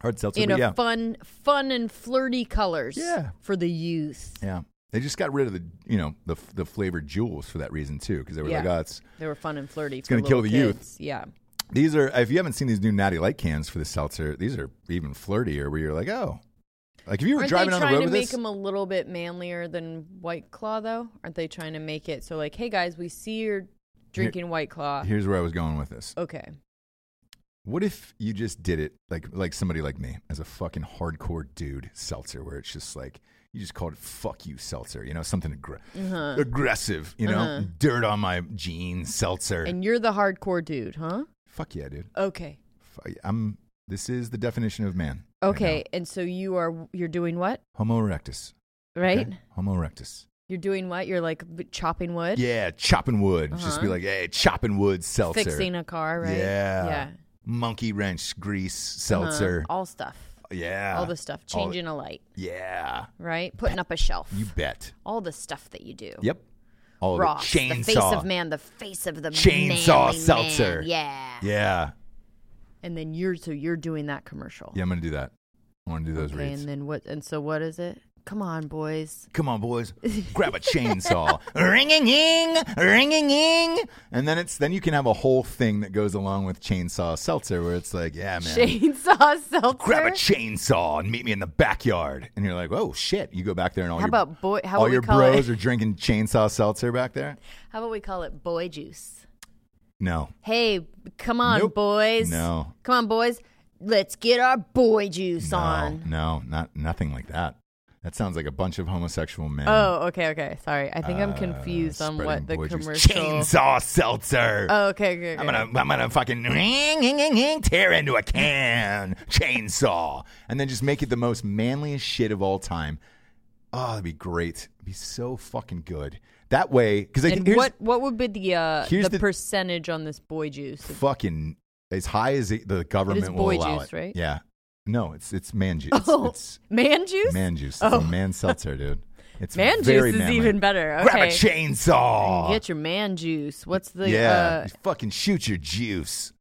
S1: hard seltzer.
S3: in
S1: but
S3: a
S1: yeah.
S3: fun, fun and flirty colors.
S1: Yeah.
S3: for the youth.
S1: yeah. They just got rid of the you know the the flavored jewels for that reason too because they were
S3: Yeah.
S1: like oh it's
S3: They were fun and flirty. It's
S1: gonna kill the youth.
S3: Yeah,
S1: These are if you haven't seen these new Natty Light cans for the seltzer, these are even flirtier. Where you're like, oh, like if you were
S3: aren't
S1: driving
S3: they
S1: on the
S3: trying
S1: road
S3: to
S1: with
S3: make
S1: this,
S3: them a little bit manlier than White Claw, though? Aren't they trying to make it so like, hey guys, we see you're drinking White Claw.
S1: here's where I was going with this.
S3: Okay,
S1: What if you just did it like like somebody like me as a fucking hardcore dude seltzer, where it's just like you just called it "fuck you" seltzer, you know, something aggr-
S3: Uh-huh.
S1: aggressive, you know, dirt on my jeans seltzer.
S3: and you're the hardcore dude, huh?
S1: Fuck yeah, dude.
S3: Okay,
S1: Fuck, I'm. This is the definition of man. right
S3: okay,
S1: now.
S3: and so you are you're doing what?
S1: Homo erectus. okay?
S3: Right,
S1: Homo erectus.
S3: you're doing what? You're like b- chopping wood,
S1: Yeah, chopping wood. Just be
S3: Uh-huh.
S1: like, hey, chopping wood seltzer.
S3: fixing a car, right?
S1: Yeah.
S3: yeah.
S1: Monkey wrench, grease,
S3: Uh-huh.
S1: seltzer.
S3: all stuff,
S1: Yeah.
S3: all the stuff,
S1: Ah, All the-
S3: changing a light,
S1: Yeah.
S3: right? Putting up a shelf,
S1: You bet.
S3: all the stuff that you do.
S1: Yep. All
S3: Ross,
S1: the chainsaw.
S3: the face of man, the face of the
S1: Chainsaw
S3: manly man.
S1: seltzer.
S3: yeah.
S1: Yeah.
S3: And then you're so you're doing that commercial,
S1: Yeah, I'm going to do that. I want to do those
S3: Okay,
S1: reads.
S3: and then what? And so what is it? Come on, boys.
S1: Come on,
S3: *laughs*
S1: boys. Grab a chainsaw. Ring-a-ing, ring-a-ing. And then it's then you can have a whole thing that goes along with chainsaw seltzer where it's like, yeah, man.
S3: *laughs* Chainsaw seltzer.
S1: grab a chainsaw and meet me in the backyard. And you're like, oh shit! You go back there and all
S3: How
S1: your
S3: about boy- how
S1: all
S3: would we
S1: your
S3: call
S1: bros
S3: it?
S1: are drinking chainsaw seltzer back there.
S3: How about we call it boy juice?
S1: No.
S3: Hey, come on,
S1: Nope.
S3: boys.
S1: No.
S3: Come on, boys. Let's get our boy juice
S1: No,
S3: on.
S1: no, not nothing like that. That sounds like a bunch of homosexual men.
S3: Oh, okay, okay. Sorry. I think I'm
S1: uh,
S3: confused on
S1: spreading
S3: what the
S1: boy juice.
S3: commercial.
S1: chainsaw seltzer.
S3: *laughs* Oh, okay, okay, okay.
S1: I'm gonna, I'm gonna fucking tear into a can chainsaw, and then just make it the most manliest shit of all time. Oh, that'd be great. It'd be so fucking good. That way, because I think
S3: And
S1: here's
S3: what what would be the uh,
S1: here's
S3: the,
S1: the-
S3: percentage on this boy juice?
S1: fucking as high as it, the government will
S3: boy
S1: allow
S3: juice,
S1: it.
S3: right?
S1: Yeah. No, it's it's man juice.
S3: Oh,
S1: It's
S3: man juice.
S1: man juice. It's
S3: Oh.
S1: a man seltzer,
S3: *laughs*
S1: dude. It's
S3: Man
S1: very
S3: juice is
S1: manly.
S3: even better. Okay.
S1: Grab a chainsaw.
S3: You get your man juice. What's the
S1: yeah,
S3: uh,
S1: you fucking shoot your juice.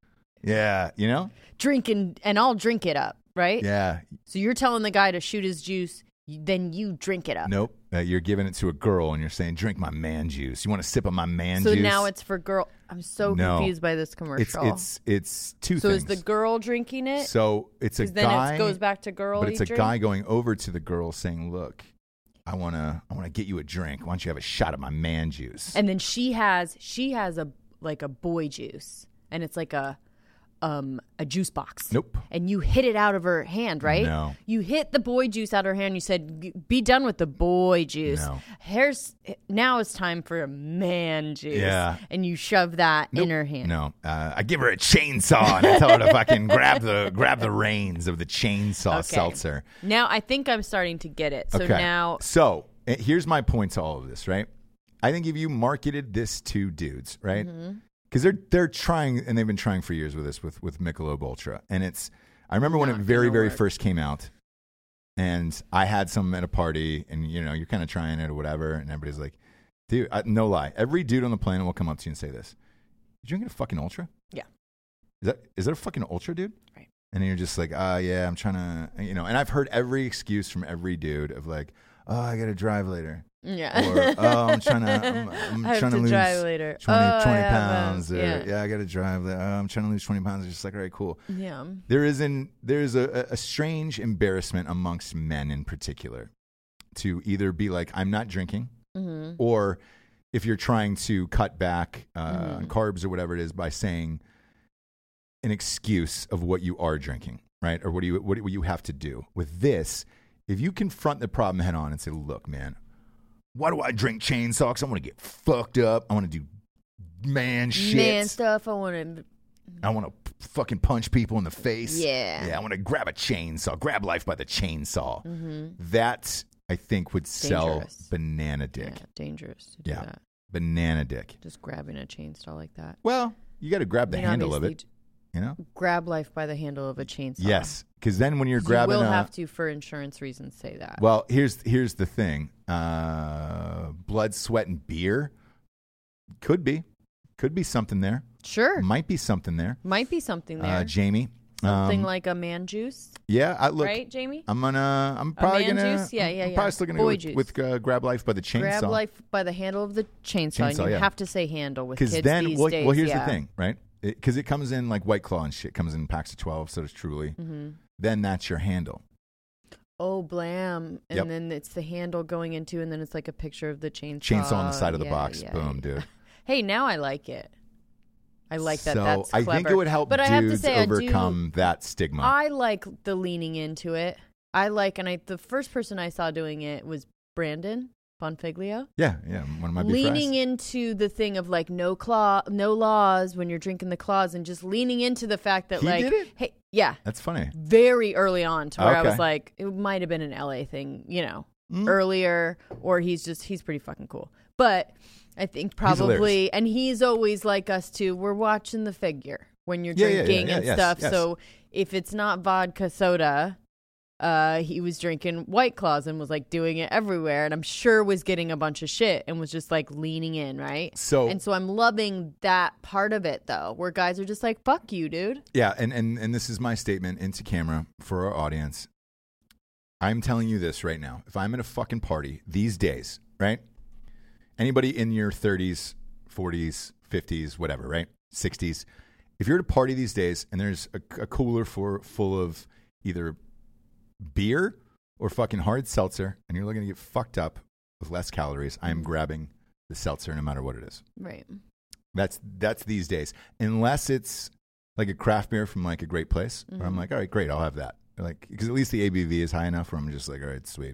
S1: Yeah, you know.
S3: drinking? And I'll drink it up, right?
S1: Yeah,
S3: So you're telling the guy to shoot his juice, y- then you drink it up.
S1: nope. Uh, you're giving it to a girl, and you're saying, "Drink my man juice." You want a sip of my man
S3: so
S1: juice?
S3: now it's for girl. I'm so
S1: No.
S3: confused by this
S1: it's
S3: commercial.
S1: it's it's two
S3: so
S1: things.
S3: is the girl drinking it?
S1: so it's a
S3: 'Cause then
S1: guy
S3: it goes back to girl.
S1: but it's a guy going over to the girl saying, "Look, I wanna, I wanna get you a drink. Why don't you have a shot of my man juice?"
S3: And then she has she has a like a boy juice, and it's like a um a juice box.
S1: Nope.
S3: And you hit it out of her hand, right?
S1: No.
S3: You hit the boy juice out of her hand. You said, "G- "Be done with the boy juice."
S1: No.
S3: Here's now it's time for a man juice.
S1: Yeah.
S3: And you shove that
S1: Nope.
S3: in her hand.
S1: No, uh, I give her a chainsaw and I tell her to fucking grab the grab the reins of the chainsaw
S3: Okay.
S1: seltzer.
S3: Now I think I'm starting to get it. So
S1: okay.
S3: now
S1: so eh, here's my point to all of this, right? I think if you marketed this to dudes, right?
S3: Mm-hmm.
S1: Because they're they're trying and they've been trying for years with this with with Michelob Ultra, and it's I remember when it
S3: Not
S1: very
S3: gonna
S1: very
S3: work.
S1: first came out, and I had some at a party, and you know you're kind of trying it or whatever, and everybody's like, dude, I, no lie, every dude on the planet will come up to you and say this: You drinking a fucking Ultra?
S3: Yeah.
S1: Is that is there a fucking Ultra, dude?
S3: Right.
S1: And then you're just like, ah, yeah, I'm trying to, you know. And I've heard every excuse from every dude of like, oh, I got to drive later.
S3: Yeah. *laughs*
S1: Or, oh, I'm trying to- I'm- I'm
S3: I have
S1: trying to
S3: to
S1: lose
S3: drive later.
S1: 20,
S3: Oh,
S1: 20
S3: I have, uh,
S1: pounds. Or, yeah.
S3: yeah.
S1: I got to drive. Later. Oh, I'm trying to lose 20 pounds. It's just like, all right, cool.
S3: Yeah.
S1: There is an there is a, a strange embarrassment amongst men in particular to either be like, I'm not drinking,
S3: Mhm.
S1: or if you're trying to cut back uh,
S3: Mm-hmm.
S1: on carbs or whatever it is by saying an excuse of what you are drinking, right? Or what do you what, do you have to do with this? If you confront the problem head on and say, "Look, man, why do I drink chainsaw? 'Cause I want to get fucked up. I want to do man shit.
S3: Man stuff. I want to.
S1: I want to fucking punch people in the face.
S3: Yeah.
S1: yeah. I want to grab a chainsaw. Grab life by the chainsaw. That I think would sell
S3: Mm-hmm. Dangerous.
S1: banana dick.
S3: Yeah, dangerous to do
S1: Yeah.
S3: that.
S1: Banana dick.
S3: Just grabbing a chainsaw like that.
S1: Well, you got to grab the
S3: I mean,
S1: handle of it,
S3: obviously,
S1: you know?
S3: d- uh, Grab life by the handle of a chainsaw.
S1: Yes, because then when you're
S3: You
S1: grabbing
S3: will
S1: a
S3: have to, for insurance reasons, say that.
S1: *laughs* well, here's here's the thing: uh, blood, sweat, and beer could be could be something there.
S3: sure.
S1: Might be something there,
S3: Might be something there.
S1: Uh, Jamie.
S3: something
S1: Um,
S3: like a man juice,
S1: yeah. I look. uh,
S3: right, Jamie?
S1: I'm gonna. I'm probably
S3: man
S1: gonna.
S3: juice? Yeah, yeah,
S1: I'm
S3: yeah.
S1: Probably still gonna
S3: Boy
S1: go
S3: juice.
S1: with, with uh, grab life by the chainsaw.
S3: Grab life by the handle of the chainsaw. and
S1: Chainsaw,
S3: you
S1: yeah.
S3: have to say handle with
S1: because
S3: kids
S1: then
S3: these
S1: well,
S3: days.
S1: well, here's
S3: yeah.
S1: the thing right because it, comes in like white claw and shit comes in packs of 12 so does truly
S3: Mm-hmm.
S1: then that's your handle
S3: Oh, blam. And
S1: Yep.
S3: then it's the handle going into, and then it's like a picture of the chainsaw.
S1: chainsaw on the side of the
S3: Oh, Yeah,
S1: box
S3: yeah,
S1: boom
S3: yeah.
S1: dude
S3: Hey, now I like it. *laughs* I like that.
S1: so
S3: That's
S1: i
S3: clever.
S1: think it would help
S3: but
S1: dudes
S3: I have to say, I do-
S1: overcome that stigma
S3: I like the leaning into it. I like, and I the first person I saw doing it was Brandon Bonfiglio.
S1: yeah yeah one of my beef
S3: leaning
S1: fries.
S3: into the thing of like no claw, no laws when you're drinking the claws, and just leaning into the fact that
S1: He
S3: like,
S1: did it?
S3: hey, yeah,
S1: that's funny
S3: very early on to where I was
S1: Okay. Mm.
S3: like, it might have been an LA thing, you know, earlier, or he's just he's pretty fucking cool. But I think
S1: hilarious.
S3: probably, and he's always like us too. We're watching the figure when you're
S1: Yeah, yeah, yeah,
S3: drinking
S1: yeah,
S3: and
S1: yes,
S3: stuff.
S1: yes.
S3: So if it's not vodka soda. Uh, he was drinking White Claws and was like doing it everywhere, and I'm sure was getting a bunch of shit and was just like leaning in, right?
S1: So-
S3: and so I'm loving that part of it though, where guys are just like, "Fuck you, dude."
S1: yeah and, and and this is my statement into camera for our audience i'm telling you this right now if i'm at a fucking party these days right anybody in your 30s 40s 50s whatever right 60s if you're at a party these days and there's a, a cooler for, full of either beer or fucking hard seltzer and you're looking to get fucked up with less calories i am grabbing the seltzer no matter what it is
S3: Right.
S1: That's that's these days. Unless it's like a craft beer from like a great place, where
S3: Mm-hmm.
S1: I'm like, all right, great, I'll have that. Like because at least the ABV is high enough where I'm just like, all right, sweet.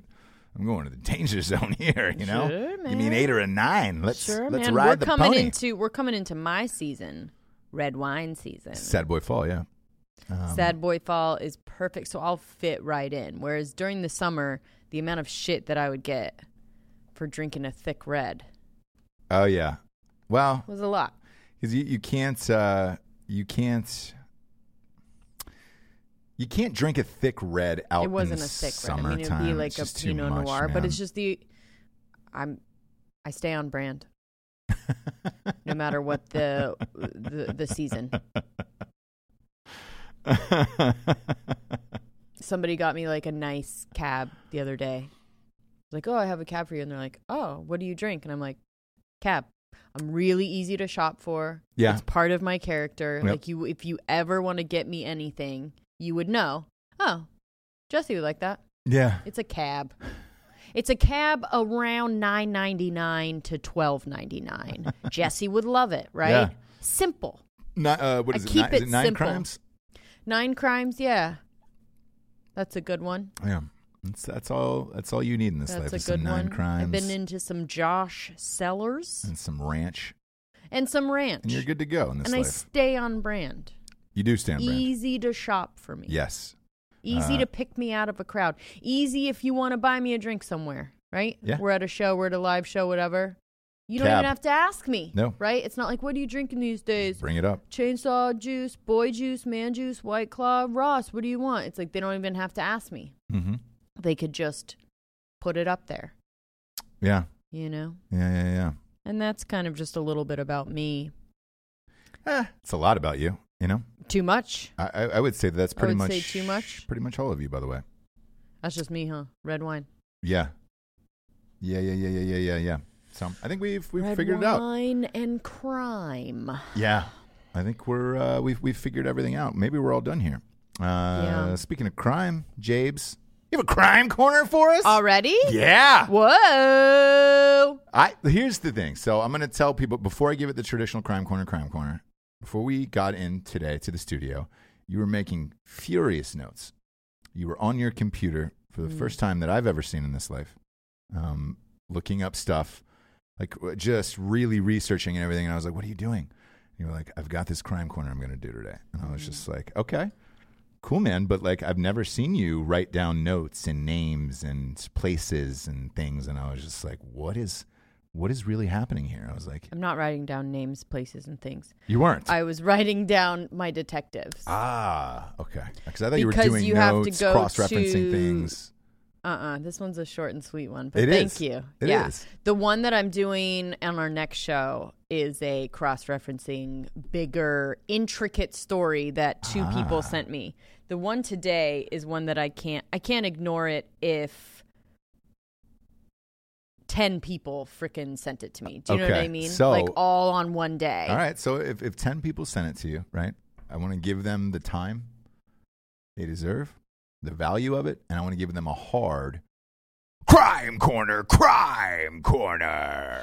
S1: I'm going to the *laughs* danger zone here. You know,
S3: Sure,
S1: give me an
S3: man.
S1: eight or a nine. Let's
S3: sure,
S1: let's
S3: man.
S1: ride
S3: we're
S1: the
S3: coming
S1: pony.
S3: into we're coming into my season, red wine season.
S1: Sad boy fall. Yeah. Um,
S3: Sad boy fall is perfect, so I'll fit right in. Whereas during the summer, the amount of shit that I would get for drinking a thick red
S1: Oh yeah. Well,
S3: was a lot.
S1: because you, you can't uh, you can't you can't drink a thick red out.
S3: it wasn't
S1: in
S3: a thick red. I
S1: summertime.
S3: mean, it would be like
S1: it's
S3: a
S1: just too
S3: Pinot
S1: much,
S3: Noir, but
S1: man.
S3: it's just the I'm I stay
S1: *laughs*
S3: on brand no matter what the the, the season.
S1: *laughs*
S3: Somebody got me like a nice cab the other day. Like, oh, I have a cab for you, and they're like, oh, what do you drink? And I'm like, cab. I'm really easy to shop for.
S1: Yeah.
S3: it's part of my character.
S1: Yep.
S3: Like you, if you ever want to get me anything, you would know. Oh, Jesse would like that.
S1: yeah.
S3: It's
S1: *laughs*
S3: a cab. It's a cab around nine ninety nine to twelve ninety nine.
S1: *laughs*
S3: Jesse would love it, right?
S1: Yeah.
S3: Simple.
S1: Not, uh, what
S3: I
S1: is it?
S3: keep
S1: nine, is
S3: it
S1: it nine
S3: simple.
S1: crimes?
S3: Nine crimes, yeah. That's a good one.
S1: Yeah. That's, that's all. That's all you need in this
S3: That's
S1: life.
S3: a
S1: is some
S3: good
S1: nine
S3: one.
S1: crimes
S3: I've been into some Josh Sellers
S1: and some ranch,
S3: and some ranch.
S1: and you're good to go in this
S3: And I
S1: life.
S3: stay on brand.
S1: you do stand brand.
S3: Easy to shop for me.
S1: Yes.
S3: Easy
S1: Uh,
S3: to pick me out of a crowd. Easy if you want to buy me a drink somewhere, right?
S1: Yeah.
S3: We're at a show, we're at a live show, whatever. You don't
S1: Cab.
S3: even have to ask me.
S1: No.
S3: Right? It's not like, what are you drinking these days?
S1: Bring it up.
S3: Chainsaw juice, boy juice, man juice, white claw, Ross, what do you want? It's like they don't even have to ask me.
S1: Mm-hmm.
S3: They could just put it up there,
S1: Yeah.
S3: you know?
S1: Yeah. Yeah. Yeah.
S3: And that's kind of just a little bit about me.
S1: Eh, it's a lot about you. You know.
S3: Too much?
S1: I, I I would say that that's
S3: I
S1: pretty
S3: would
S1: much
S3: say too much.
S1: Pretty much all of you, by the way.
S3: That's just me, huh? Red wine.
S1: Yeah, yeah, yeah, yeah, yeah, yeah, yeah. yeah. So I think we've we've
S3: Red
S1: figured it out.
S3: Wine and crime.
S1: Yeah, I think we're uh, we've we've figured everything out. Maybe we're all done here. Uh,
S3: Yeah.
S1: Speaking of crime, Jabes, you have a crime corner for us.
S3: Already?
S1: yeah.
S3: Whoa.
S1: I here's the thing. So I'm going to tell people before I give it the traditional crime corner, crime corner. Before we got in today to the studio, you were making furious notes. You were on your computer for the first time that I've ever seen in this life, um, looking up stuff, like w- just really researching and everything. And I was like, "What are you doing?" And you were like, "I've got this crime corner I'm going to do today," and I was just like, "Okay." Cool, man, but like I've never seen you write down notes and names and places and things, and I was just like, "What is, what is really happening here?" I was like,
S3: I'm not writing down names, places, and things.
S1: "You weren't."
S3: I was *laughs* writing down my detectives. Uh
S1: Ah, okay. Because I thought you were
S3: Because
S1: doing
S3: you have to
S1: notes,
S3: go
S1: cross-referencing
S3: to-
S1: things.
S3: uh This one's a short and sweet one, but
S1: It
S3: thank
S1: is.
S3: you.
S1: It
S3: yeah.
S1: is.
S3: The one that I'm doing on our next show is a cross referencing, bigger, intricate story that two
S1: Ah.
S3: people sent me. The one today is one that I can't I can't ignore it if ten people frickin' sent it to me. Do you know what
S1: Okay,
S3: I mean?
S1: so-
S3: like all on one day.
S1: All right. So if, if 10 people sent it to you, right, I want to give them the time they deserve, the value of it, and I want to give them a hard crime corner, crime corner.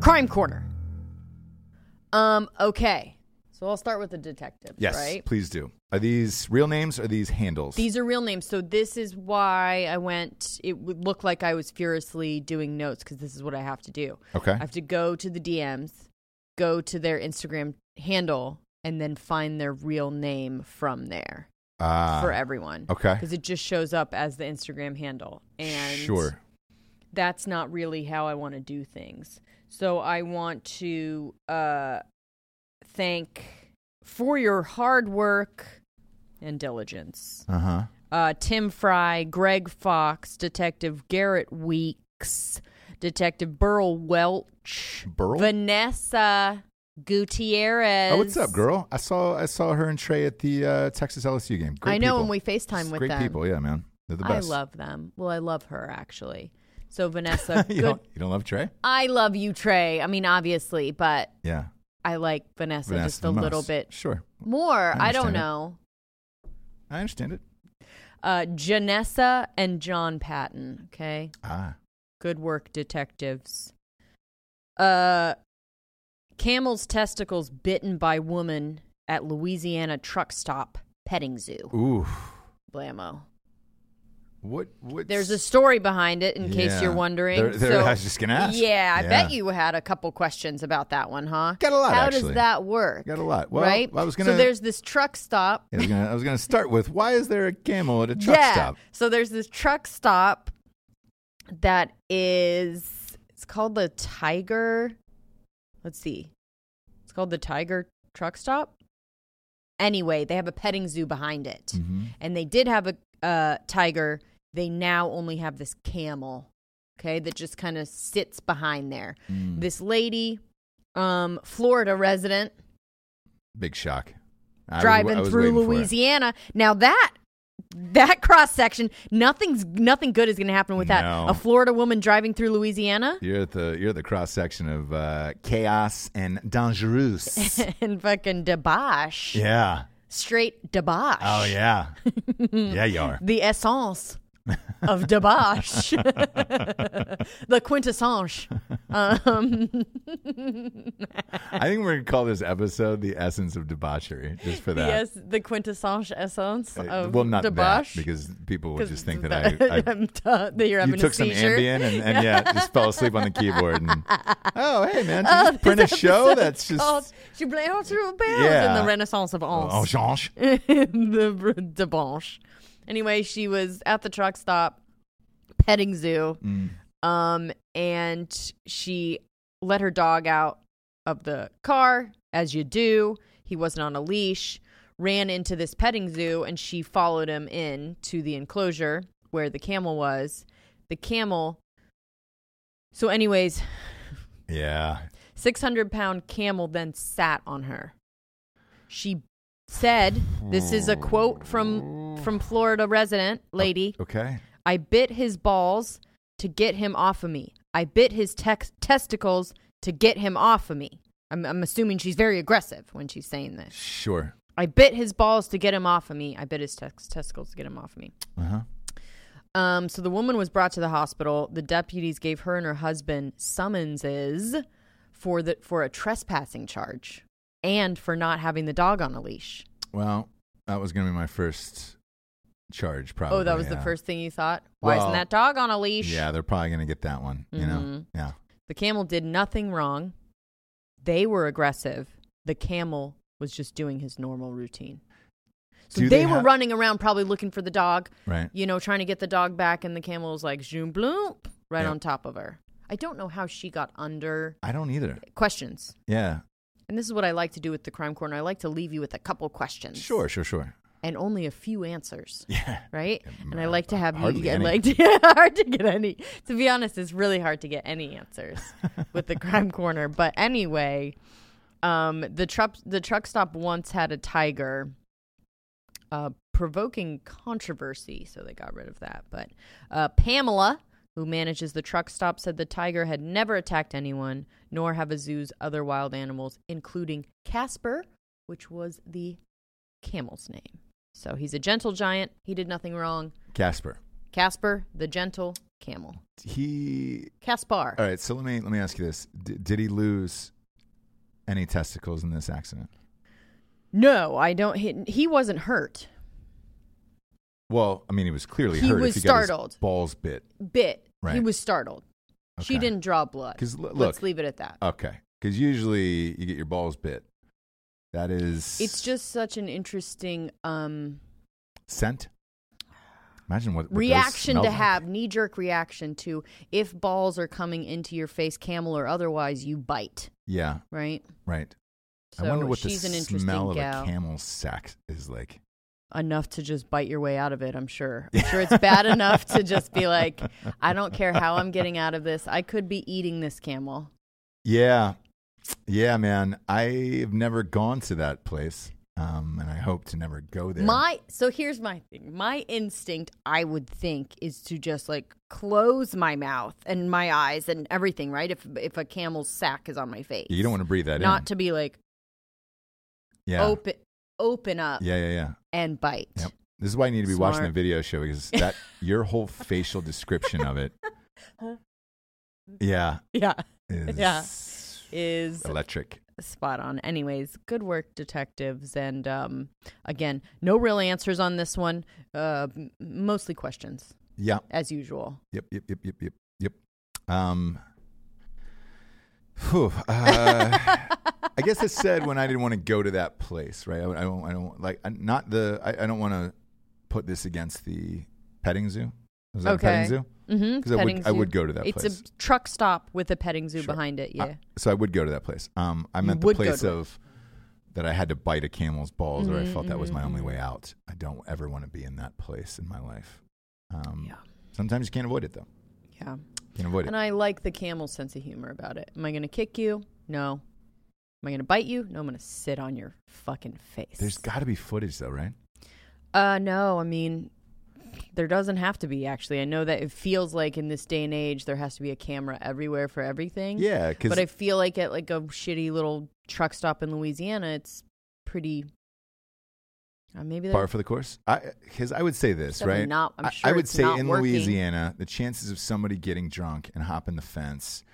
S3: Crime Corner. Um, okay. So I'll start with the detectives,
S1: Yes.
S3: right?
S1: Please do. Are these real names or are these handles?
S3: These are real names. So this is why I went it would look like I was furiously doing notes cuz this is what I have to do.
S1: okay.
S3: I have to go to the DMs, go to their Instagram handle and then find their real name from there
S1: Ah,
S3: for everyone.
S1: okay.
S3: Cuz it just shows up as the Instagram handle. And
S1: Sure.
S3: that's not really how I want to do things. So I want to uh, thank for your hard work and diligence.
S1: Uh huh.
S3: Uh, Tim Fry, Greg Fox, Detective Garrett Weeks, Detective Burl Welch,
S1: Burl?
S3: Vanessa Gutierrez.
S1: Oh, what's up, girl? I saw I saw her and Trey at the uh, Texas LSU game. Great
S3: I know
S1: people.
S3: when we FaceTime with
S1: Great
S3: them.
S1: people, yeah, man. They're the best.
S3: I love them. Well, I love her actually.
S1: *laughs*
S3: So Vanessa,
S1: you,
S3: good-
S1: don't, you don't love Trey?
S3: I love you, Trey. I mean, obviously, but
S1: Yeah.
S3: I like Vanessa,
S1: Vanessa
S3: just
S1: the
S3: a little
S1: most.
S3: bit
S1: Sure.
S3: more.
S1: I
S3: I, don't
S1: understand it.
S3: know.
S1: I understand it.
S3: Uh, Janessa and John Patton. Okay.
S1: Ah.
S3: Good work, detectives. Uh, camel's testicles bitten by woman at Louisiana truck stop petting zoo.
S1: Ooh.
S3: Blammo.
S1: What? What?
S3: There's a story behind it, in case you're wondering. So-
S1: *laughs* I was just gonna ask.
S3: Yeah, I bet you had a couple questions about that one, huh?
S1: Got a lot,
S3: How
S1: actually.
S3: does that work?
S1: Got a lot. Well,
S3: right?
S1: I was gonna.
S3: So there's this truck stop.
S1: *laughs* I was gonna, I was gonna start with why is there a camel at a truck
S3: yeah.
S1: stop?
S3: So there's this truck stop that is it's called the Tiger. Let's see. It's called the Tiger Truck Stop. Anyway, they have a petting zoo behind it.
S1: Mm-hmm.
S3: And they did have a uh, tiger. They now only have this camel, okay, that just kind of sits behind there.
S1: Mm.
S3: This lady, um, Florida resident,
S1: Big shock. I was-
S3: driving
S1: I was
S3: through
S1: waiting for it.
S3: Louisiana. Now that that *laughs* cross section, nothing's nothing good is going to happen with that.
S1: No.
S3: A Florida woman driving through Louisiana *laughs*
S1: You're at the you're at the cross section of uh, chaos and
S3: *laughs*
S1: dangerous.
S3: and fucking debauch,
S1: yeah.
S3: straight debauch.
S1: Oh
S3: *laughs*
S1: yeah. yeah, you are.
S3: the essence
S1: *laughs*
S3: of debauch, the quintessence. Um,
S1: I think we're gonna call this episode the essence of debauchery, just for that.
S3: yes, the quintessence essence
S1: Uh,
S3: of
S1: well, not
S3: debauch.
S1: that because people would
S3: 'Cause
S1: just think that
S3: the- *laughs*
S1: I, I
S3: I'm done- that you're having
S1: you took
S3: a
S1: some
S3: seizure.
S1: Ambien and, and yeah, just fell asleep on the keyboard.
S3: *laughs*
S1: And, oh, hey man, did you just print a show that's just
S3: Oh, she played all through bells in
S1: Yeah.
S3: the Renaissance of Anse.
S1: oh, change.
S3: *laughs* the debauch. Anyway, she was at the truck stop, petting zoo, um, and she let her dog out of the car, as you do. He wasn't on a leash. Ran into this petting zoo, and she followed him in to the enclosure where the camel was. The camel. So, anyways,
S1: Yeah,
S3: six hundred pound camel then sat on her. She said, "This is a quote from from Florida resident lady.
S1: okay.
S3: I bit his balls to get him off of me. I bit his tex testicles to get him off of me." I'm, I'm assuming she's very aggressive when she's saying this.
S1: Sure.
S3: I bit his balls to get him off of me. I bit his tex testicles to get him off of me.
S1: Uh huh.
S3: Um, so the woman was brought to the hospital. The deputies gave her and her husband summonses for the for a trespassing charge and for not having the dog on a leash.
S1: Well, that was gonna be my first charge, probably.
S3: oh, that was the
S1: yeah.
S3: first thing you thought. Why
S1: Well,
S3: isn't that dog on a leash?
S1: Yeah, they're probably gonna get that one. You know.
S3: Mhm.
S1: Yeah.
S3: The camel did nothing wrong. They were aggressive. The camel was just doing his normal routine. So
S1: Do
S3: they,
S1: they
S3: were
S1: have-
S3: running around probably looking for the dog,
S1: Right.
S3: you know, trying to get the dog back and the camel was like zoom bloop right
S1: Yeah.
S3: on top of her. I don't know how she got under
S1: I don't either.
S3: questions.
S1: Yeah.
S3: And this is what I like to do with the crime corner. I like to leave you with a couple questions.
S1: Sure. Sure. Sure.
S3: And only a few answers.
S1: Yeah.
S3: Right?
S1: Um,
S3: And I like to
S1: uh,
S3: have
S1: hardly
S3: you I
S1: any.
S3: like *laughs* to, hard to get any. To be honest, it's really hard to get
S1: *laughs*
S3: any answers with the crime corner. But anyway, um, the truck the truck stop once had a tiger uh, provoking controversy, so they got rid of that. But uh, Pamela, who manages the truck stop, said the tiger had never attacked anyone, nor have a zoo's other wild animals, including Casper, which was the camel's name. So he's a gentle giant. He did nothing wrong.
S1: Casper.
S3: Casper, the gentle camel.
S1: He.
S3: Caspar.
S1: All right. So let me let me ask you this: D- Did he lose any testicles in this accident?
S3: No, I don't. He, he wasn't hurt.
S1: Well, I mean, he was clearly
S3: He
S1: hurt.
S3: was
S1: if he Got his
S3: startled.
S1: balls
S3: balls
S1: bit.
S3: Bit. He
S1: Right.
S3: was startled. She
S1: Okay.
S3: didn't draw blood.
S1: 'Cause l-
S3: Let's
S1: look- Uh,
S3: leave it at that.
S1: Okay. Because usually you get your balls bit. That is.
S3: It's just such an interesting um,
S1: scent. Imagine what what those
S3: reaction to
S1: smelled like.
S3: have, knee jerk reaction to if balls are coming into your face, camel or otherwise, you bite,
S1: Yeah.
S3: right?
S1: Right.
S3: So
S1: I wonder what
S3: she's
S1: the
S3: an interesting
S1: smell
S3: gal.
S1: of a camel's sack is like.
S3: enough to just bite your way out of it, I'm sure. I'm sure
S1: *laughs*
S3: it's bad enough to just be like, I don't care how I'm getting out of this. I could be eating this camel.
S1: Yeah. Yeah, man. I've never gone to that place. Um, and I hope to never go there.
S3: My so here's my thing. My instinct, I would think, is to just like close my mouth and my eyes and everything, right? If if a camel's sack is on my face.
S1: you don't want to breathe that
S3: not
S1: in.
S3: to be like
S1: yeah.
S3: open open up
S1: Yeah, yeah, yeah.
S3: and bite.
S1: Yep. This is why you need to be watching the
S3: *laughs* Smart.
S1: video show because that your whole facial description of it Yeah.
S3: *laughs* Yeah.
S1: Is
S3: Yeah. Is
S1: Electric.
S3: spot on. Anyways, good work, detectives. And um, again, no real answers on this one. Uh, m- mostly questions,
S1: Yeah.
S3: as usual.
S1: Yep. Yep. Yep. Yep. Yep. Yep. Um. whew, uh,
S3: *laughs*
S1: I guess I said when I didn't want to go to that place, right? I, I don't. I don't like I- not the. I, I don't want to put this against the petting zoo. Was that a petting
S3: Okay.
S1: zoo?
S3: Mm-hmm.
S1: Because I would. I would go to that
S3: It's
S1: place.
S3: a truck stop with a petting zoo
S1: Sure.
S3: behind it. Yeah.
S1: I- so I would go to that place. Um, I
S3: You
S1: meant the
S3: would go
S1: place
S3: to it.
S1: of that I had to bite a camel's balls, or I
S3: Mhm,
S1: felt that was my
S3: mhm,
S1: only
S3: mhm.
S1: way out. I don't ever want to be in that place in my life. Um,
S3: yeah.
S1: Sometimes you can't avoid it, though.
S3: Yeah.
S1: You can avoid it.
S3: And I like the camel's sense of humor about it. Am I going to kick you? No. Am I going to bite you? No, I'm going to sit on your fucking face.
S1: There's got to be footage, though, right?
S3: Uh, no, I mean, there doesn't have to be actually. I know that it feels like in this day and age there has to be a camera everywhere for everything.
S1: Yeah, because
S3: but I feel like at like a shitty little truck stop in Louisiana, it's pretty. Uh, maybe
S1: par
S3: that's
S1: for the course. Because I, would say this, right?
S3: Not, I'm
S1: I-
S3: sure
S1: I would
S3: it's
S1: say
S3: not
S1: in
S3: working.
S1: Louisiana, the chances of somebody getting drunk and hopping the fence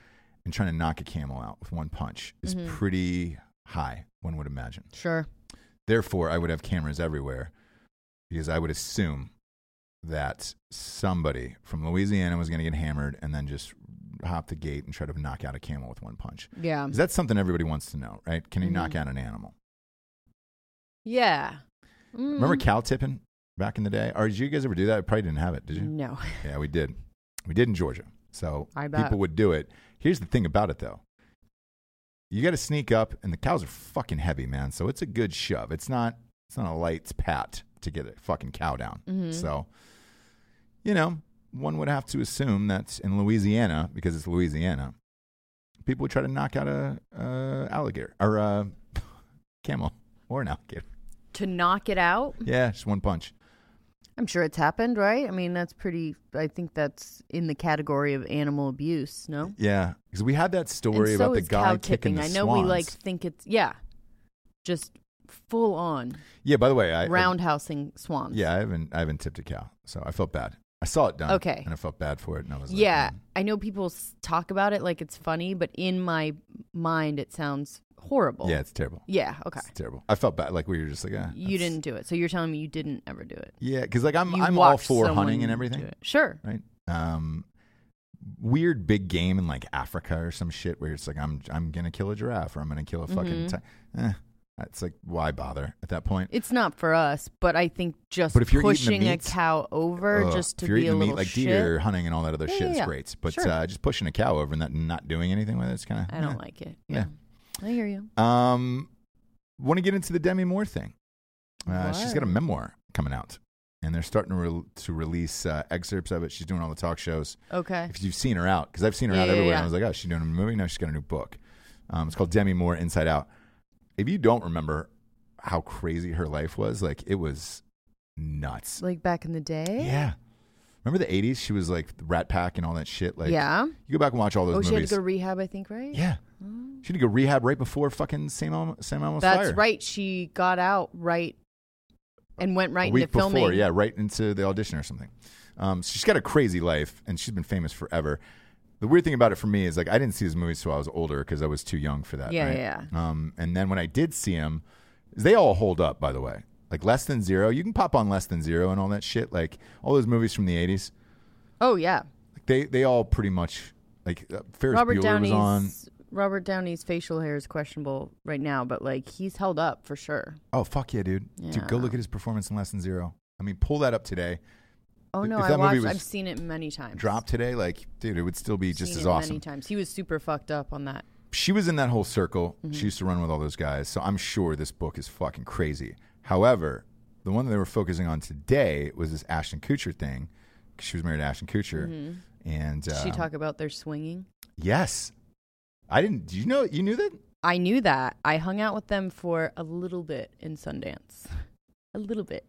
S1: and trying to knock a camel out with one punch is
S3: Mhm.
S1: pretty high. One would imagine.
S3: Sure.
S1: Therefore, I would have cameras everywhere because I would assume that somebody from Louisiana was going to get hammered and then just hop the gate and try to knock out a camel with one punch.
S3: Yeah.
S1: 'Cause that's something everybody wants to know, right? Can you knock
S3: Mhm.
S1: out an animal?
S3: Yeah. Mm.
S1: Remember cow tipping back in the day? Or did you guys ever do that? I probably didn't have it, did you?
S3: No.
S1: Yeah, we did. We did in Georgia. So
S3: I bet.
S1: people would do it. Here's the thing about it, though. You got to sneak up, and the cows are fucking heavy, man. So it's a good shove. It's not. It's not a light pat to get a fucking cow down.
S3: Mhm.
S1: So, you know, one would have to assume that in Louisiana, because it's Louisiana, people would try to knock out a, a alligator or a *laughs* camel or an alligator.
S3: To knock it out?
S1: Yeah, just one punch.
S3: I'm sure it's happened, right? I mean, that's pretty. I think that's in the category of animal abuse, no?
S1: Yeah, because we had that
S3: and
S1: story
S3: so
S1: about the
S3: is cow
S1: guy kicking
S3: tipping.
S1: the
S3: I know we
S1: swans.
S3: like think it's yeah, just full on
S1: Yeah. By the way, I I-
S3: roundhousing swans.
S1: Yeah, I haven't I haven't tipped a cow, so I felt bad. I saw it done.
S3: Okay.
S1: And I felt bad for it, and I was like,
S3: yeah.
S1: "Mm."
S3: I know people s- talk about it like it's funny, but in my mind, it sounds horrible.
S1: yeah, it's terrible.
S3: Yeah. Okay.
S1: It's terrible. I felt bad. Like we were just like, ah,
S3: You
S1: that's-
S3: didn't do it, so you're telling me you didn't ever do it.
S1: Yeah, because like I'm
S3: You
S1: I'm all
S3: watched
S1: for hunting
S3: someone
S1: and
S3: do
S1: everything,
S3: it. Sure.
S1: right? Um, weird big game in like Africa or some shit where it's like I'm I'm gonna kill a giraffe or I'm gonna kill a fucking.
S3: Mhm.
S1: ti- eh, it's like why bother at that point?
S3: It's not for us, but I think just
S1: But if you're eating the
S3: pushing a
S1: meat-
S3: cow over
S1: Ugh,
S3: just to
S1: if you're
S3: be a
S1: eating the
S3: little
S1: meat like
S3: shit,
S1: deer hunting and all that other
S3: Yeah,
S1: shit
S3: yeah,
S1: is
S3: yeah.
S1: great, but
S3: Sure.
S1: uh, just pushing a cow over and not, not doing anything with it, it's eh. kind of
S3: I don't like it.
S1: Yeah.
S3: Yeah. I hear you.
S1: Um, want to get into the Demi Moore thing? Uh, she's
S3: What?
S1: got a memoir coming out, and they're starting to, re- to release uh, excerpts of it. She's doing all the talk shows.
S3: Okay.
S1: If you've seen her out, because I've seen her
S3: Yeah,
S1: out
S3: yeah,
S1: everywhere, and
S3: yeah.
S1: I was like, oh, she's doing a movie. Now she's got a new book. Um, it's called Demi Moore Inside Out. If you don't remember how crazy her life was, like it was nuts.
S3: Like back in the day?
S1: Yeah. Remember the 80s? She was like Rat Pack and all that shit. Like,
S3: yeah.
S1: You go back and watch all those
S3: Oh,
S1: movies.
S3: she had to go to rehab, I think, right?
S1: yeah. She had to go rehab right before fucking Sam, Al- Sam Almost
S3: That's
S1: Fire.
S3: right. She got out right and went right
S1: a week
S3: into filming.
S1: before, yeah, right into the audition or something. Um, so she's got a crazy life, and she's been famous forever. The weird thing about it for me is like I didn't see his movies till I was older because I was too young for that.
S3: Yeah,
S1: right?
S3: yeah,
S1: Um, and then when I did see him, they all hold up, by the way. Like less than zero, you can pop on less than zero and all that shit. Like all those movies from the eighties,
S3: Oh yeah.
S1: like they they all pretty much like uh, Ferris
S3: Robert
S1: Bueller was on.
S3: Downey's Robert Downey's facial hair is questionable right now, but like he's held up for sure.
S1: Oh fuck yeah, dude! Dude, go
S3: Yeah.
S1: look at his performance in less than zero. I mean, pull that up today.
S3: Oh
S1: If-
S3: no,
S1: if
S3: I
S1: that movie
S3: watched
S1: was
S3: I've seen it many times.
S1: Drop today, like dude, it would still be just
S3: Seen
S1: as
S3: it
S1: awesome.
S3: Many times. He was super fucked up on that.
S1: she was in that whole circle.
S3: Mm-hmm.
S1: She used to run with all those guys. So I'm sure this book is fucking crazy. However, the one that they were focusing on today was this Ashton Kutcher thing. 'cause She was married to Ashton Kutcher, and
S3: Did
S1: uh,
S3: Mm-hmm. she talk about their swinging?
S1: Yes, I didn't. Do you know? You knew that?
S3: I knew that. I hung out with them for a little bit in Sundance. A little bit.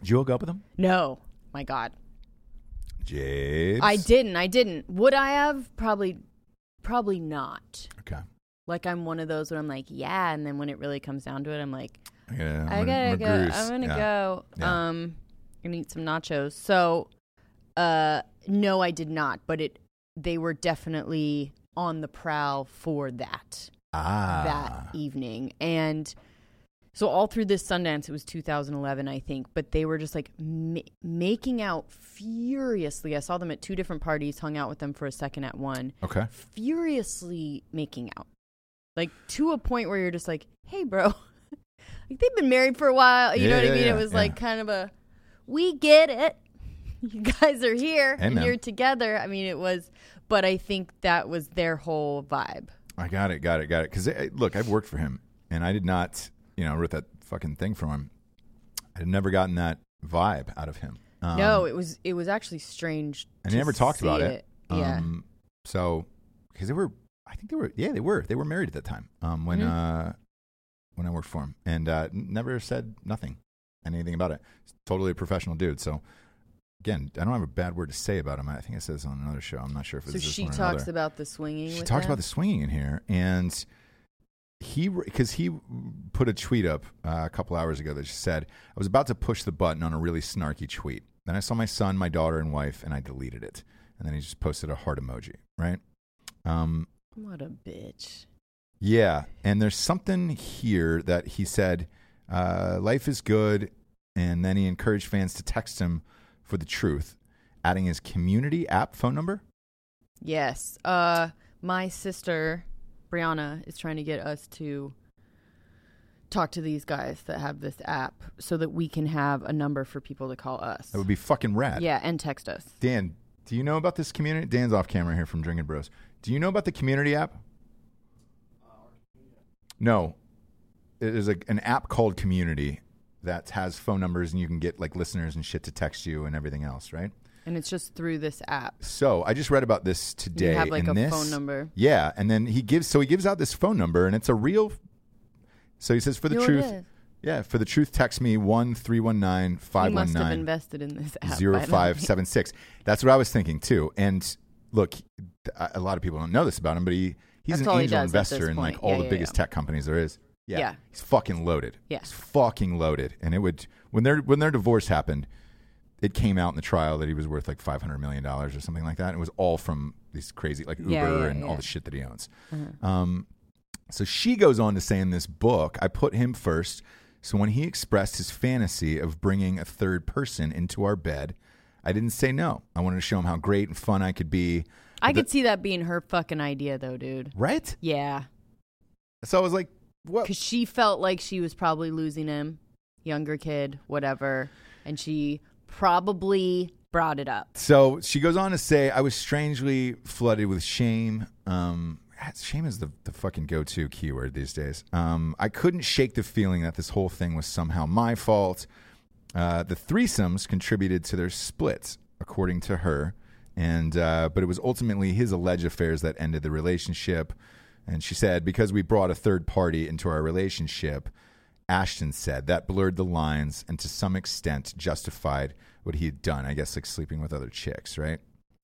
S1: Did you hook up with him,
S3: No. My God.
S1: James?
S3: I didn't. I didn't. Would I have? Probably probably not.
S1: Okay.
S3: Like I'm one of those when I'm like, yeah, and then when it really comes down to it, I'm like,
S1: Yeah,
S3: I
S1: I'm gonna-
S3: gotta go.
S1: I'm gonna
S3: I'm gonna
S1: goose. Yeah.
S3: go.
S1: Yeah.
S3: Um, gonna eat some nachos. So, uh, no, I did not. But it they were definitely on the prowl for that
S1: Ah.
S3: that e- evening. And so all through this Sundance, it was 2011, I think, but they were just like ma- making out furiously. I saw them at two different parties, hung out with them for a second at one,
S1: Okay.
S3: furiously making out. Like to a point where you're just like, hey, bro. *laughs* like they've been married for a while. You
S1: Yeah,
S3: know what
S1: yeah,
S3: I mean?
S1: yeah,
S3: it was
S1: yeah.
S3: like kind of a, we get it. *laughs* You guys are here
S1: Hey,
S3: and
S1: man.
S3: you're together. I mean, it was, but I think that was their whole vibe.
S1: I got it, got it, got it. Because look, I've worked for him, and I did not, you know, I wrote that fucking thing from him. I had never gotten that vibe out of him. Um,
S3: no, it was it was actually strange.
S1: and he
S3: to
S1: never talked
S3: see
S1: about it.
S3: it. Yeah,
S1: Um, so because they were, I think they were, yeah, they were, they were married at that time. Um, when
S3: Mm-hmm.
S1: uh, when I worked for him, and uh, n- never said nothing, anything about it. He's totally a professional dude. So again, I don't have a bad word to say about him. I think I said this on another show. I'm not sure if it's
S3: so
S1: this
S3: she
S1: one or
S3: talks
S1: another.
S3: about the swinging.
S1: She
S3: with
S1: talked
S3: them.
S1: about the swinging in here, and he because he put a tweet up uh, a couple hours ago that just said, "I was about to push the button on a really snarky tweet. Then I saw my son, my daughter, and wife, and I deleted it. And then he just posted a heart emoji, right? Um,
S3: What a bitch!
S1: yeah, and there's something here that he said, uh, life is good, and then he encouraged fans to text him for the truth, adding his community app phone number.
S3: Yes, uh, my sister Brianna is trying to get us to talk to these guys that have this app so that we can have a number for people to call us.
S1: That would be fucking rad.
S3: yeah, and text us.
S1: Dan, do you know about this community? Dan's off camera here from Drinking Bros. Do you know about the community app? No, it is a, an app called Community that has phone numbers and you can get like listeners and shit to text you and everything else, right?
S3: And it's just through this app.
S1: So I just read about this today.
S3: have, like,
S1: and
S3: a
S1: this-
S3: phone number.
S1: Yeah, and then he gives so he gives out this phone number and it's a real. So he says for the
S3: No, it
S1: truth.
S3: is.
S1: Yeah, for the truth, text me one three one nine
S3: He
S1: five one
S3: must have
S1: nine.
S3: invested in this app.
S1: Zero
S3: *laughs* by the
S1: five
S3: way.
S1: seven six. That's what I was thinking too. And look, th- a a lot of people don't know this about him, but he he's
S3: That's
S1: an
S3: all he
S1: angel
S3: does at
S1: investor
S3: this
S1: in like
S3: point.
S1: all
S3: Yeah,
S1: the
S3: yeah,
S1: biggest
S3: yeah.
S1: tech companies there is. Yeah.
S3: Yeah.
S1: he's fucking loaded.
S3: Yeah.
S1: he's fucking loaded. And it would when their when their divorce happened, it came out in the trial that he was worth like five hundred million dollars or something like that. And it was all from these crazy like Uber
S3: Yeah, yeah,
S1: and all
S3: yeah. Mm-hmm.
S1: the shit that he owns. Um, so she goes on to say in this book, I put him first. So when he expressed his fantasy of bringing a third person into our bed, I didn't say no. I wanted to show him how great and fun I could be.
S3: I could see that being her fucking idea, though, dude.
S1: Right?
S3: Yeah.
S1: So I was like, what?
S3: because she felt like she was probably losing him, younger kid, whatever, and she probably brought it up.
S1: So she goes on to say, I was strangely flooded with shame. Um, shame is the, the fucking go to keyword these days. Um, I couldn't shake the feeling that this whole thing was somehow my fault. Uh, the threesomes contributed to their split, according to her. And uh, but it was ultimately his alleged affairs that ended the relationship. And she said, because we brought a third party into our relationship, Ashton said that blurred the lines and to some extent justified what he had done. I guess like sleeping with other chicks, right?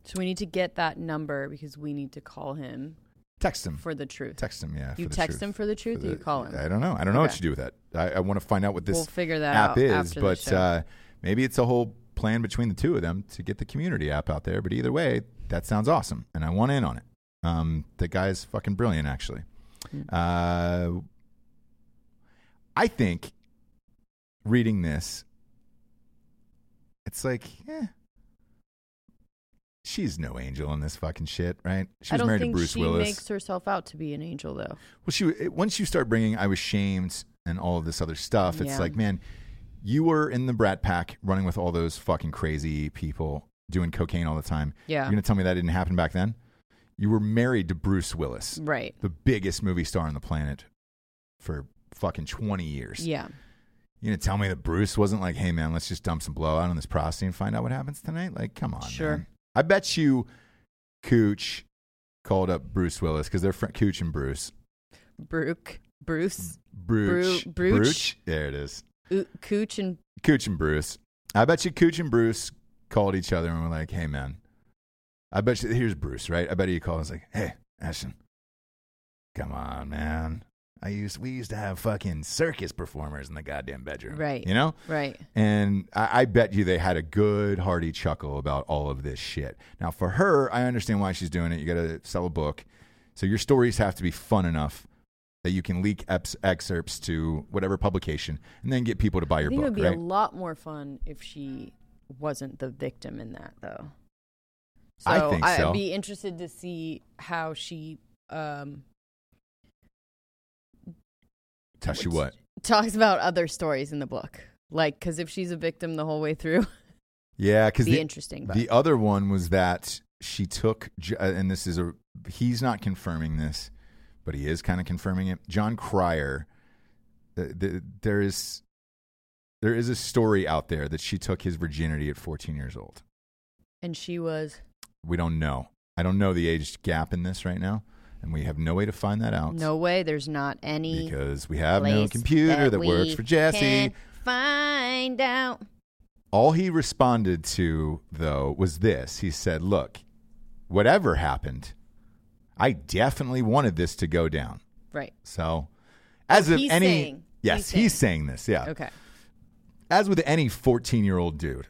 S3: So we need to get that number because we need to call him
S1: Text him.
S3: for the truth.
S1: Text him, yeah.
S3: you
S1: for the
S3: text
S1: truth.
S3: him for the truth, or you call him.
S1: I don't know. I don't know what
S3: Okay.
S1: you do with that. I, I want to find out what this
S3: We'll figure that
S1: app
S3: out
S1: is,
S3: after the
S1: but
S3: show.
S1: uh, maybe it's a whole plan between the two of them to get the community app out there. But either way, that sounds awesome, and I want in on it. Um, the guy's fucking brilliant, actually.
S3: Hmm.
S1: Uh, I think reading this, it's like, eh, she's no angel in this fucking shit, right? She
S3: I
S1: was
S3: don't
S1: married
S3: think
S1: to Bruce
S3: she
S1: Willis.
S3: makes herself out to be an angel, though.
S1: Well, she it- once you start bringing I was shamed and all of this other stuff, it's
S3: Yeah.
S1: like, man, you were in the brat pack running with all those fucking crazy people doing cocaine all the time.
S3: Yeah.
S1: You're going to tell me that didn't happen back then? You were married to Bruce Willis,
S3: Right.
S1: the biggest movie star on the planet for fucking 20 years.
S3: Yeah.
S1: You're going to tell me that Bruce wasn't like, hey, man, let's just dump some blowout on this prostate and find out what happens tonight? Like, come on.
S3: Sure.
S1: man. I bet you Cooch called up Bruce Willis because they're fr- Cooch and Bruce.
S3: Brooke, Bruce,
S1: Bruce.
S3: Bru- Bruch?
S1: There it is.
S3: O- Cooch, and
S1: Cooch and Bruce. I bet you Cooch and Bruce called each other and were like, hey, man. I bet you, here's Bruce, right? I bet you called and was like, hey, Ashton. Come on, man. I used we used to have fucking circus performers in the goddamn bedroom.
S3: Right.
S1: You know?
S3: Right.
S1: And I, I bet you they had a good hearty chuckle about all of this shit. Now, for her, I understand why she's doing it. You got to sell a book. So your stories have to be fun enough that you can leak eps- excerpts to whatever publication and then get people to buy
S3: I
S1: your
S3: think
S1: book,
S3: it would be
S1: right?
S3: a lot more fun if she wasn't the victim in that, though.
S1: I think
S3: I'd
S1: so.
S3: be interested to see how she um,
S1: Tell you what.
S3: talks about other stories in the book. Like, because if she's a victim the whole way through, *laughs*
S1: Yeah, because
S3: it'd be
S1: the,
S3: interesting. But
S1: the other one was that she took, J- uh, and this is a, he's not confirming this, but he is kind of confirming it. John Cryer, uh, the, there is, there is a story out there that she took his virginity at 14 years old.
S3: and she was
S1: We don't know. I don't know the age gap in this right now, and we have no way to find that out.
S3: no way. There's not any
S1: because we have no
S3: place
S1: computer that, works
S3: we
S1: for Jesse.
S3: can Find out.
S1: All he responded to, though, was this. He said, Look, whatever happened, I definitely wanted this to go down.
S3: Right.
S1: So, as of
S3: He's
S1: any.
S3: saying.
S1: Yes, he's, saying this. Yeah.
S3: Okay.
S1: As with any 14 year old dude,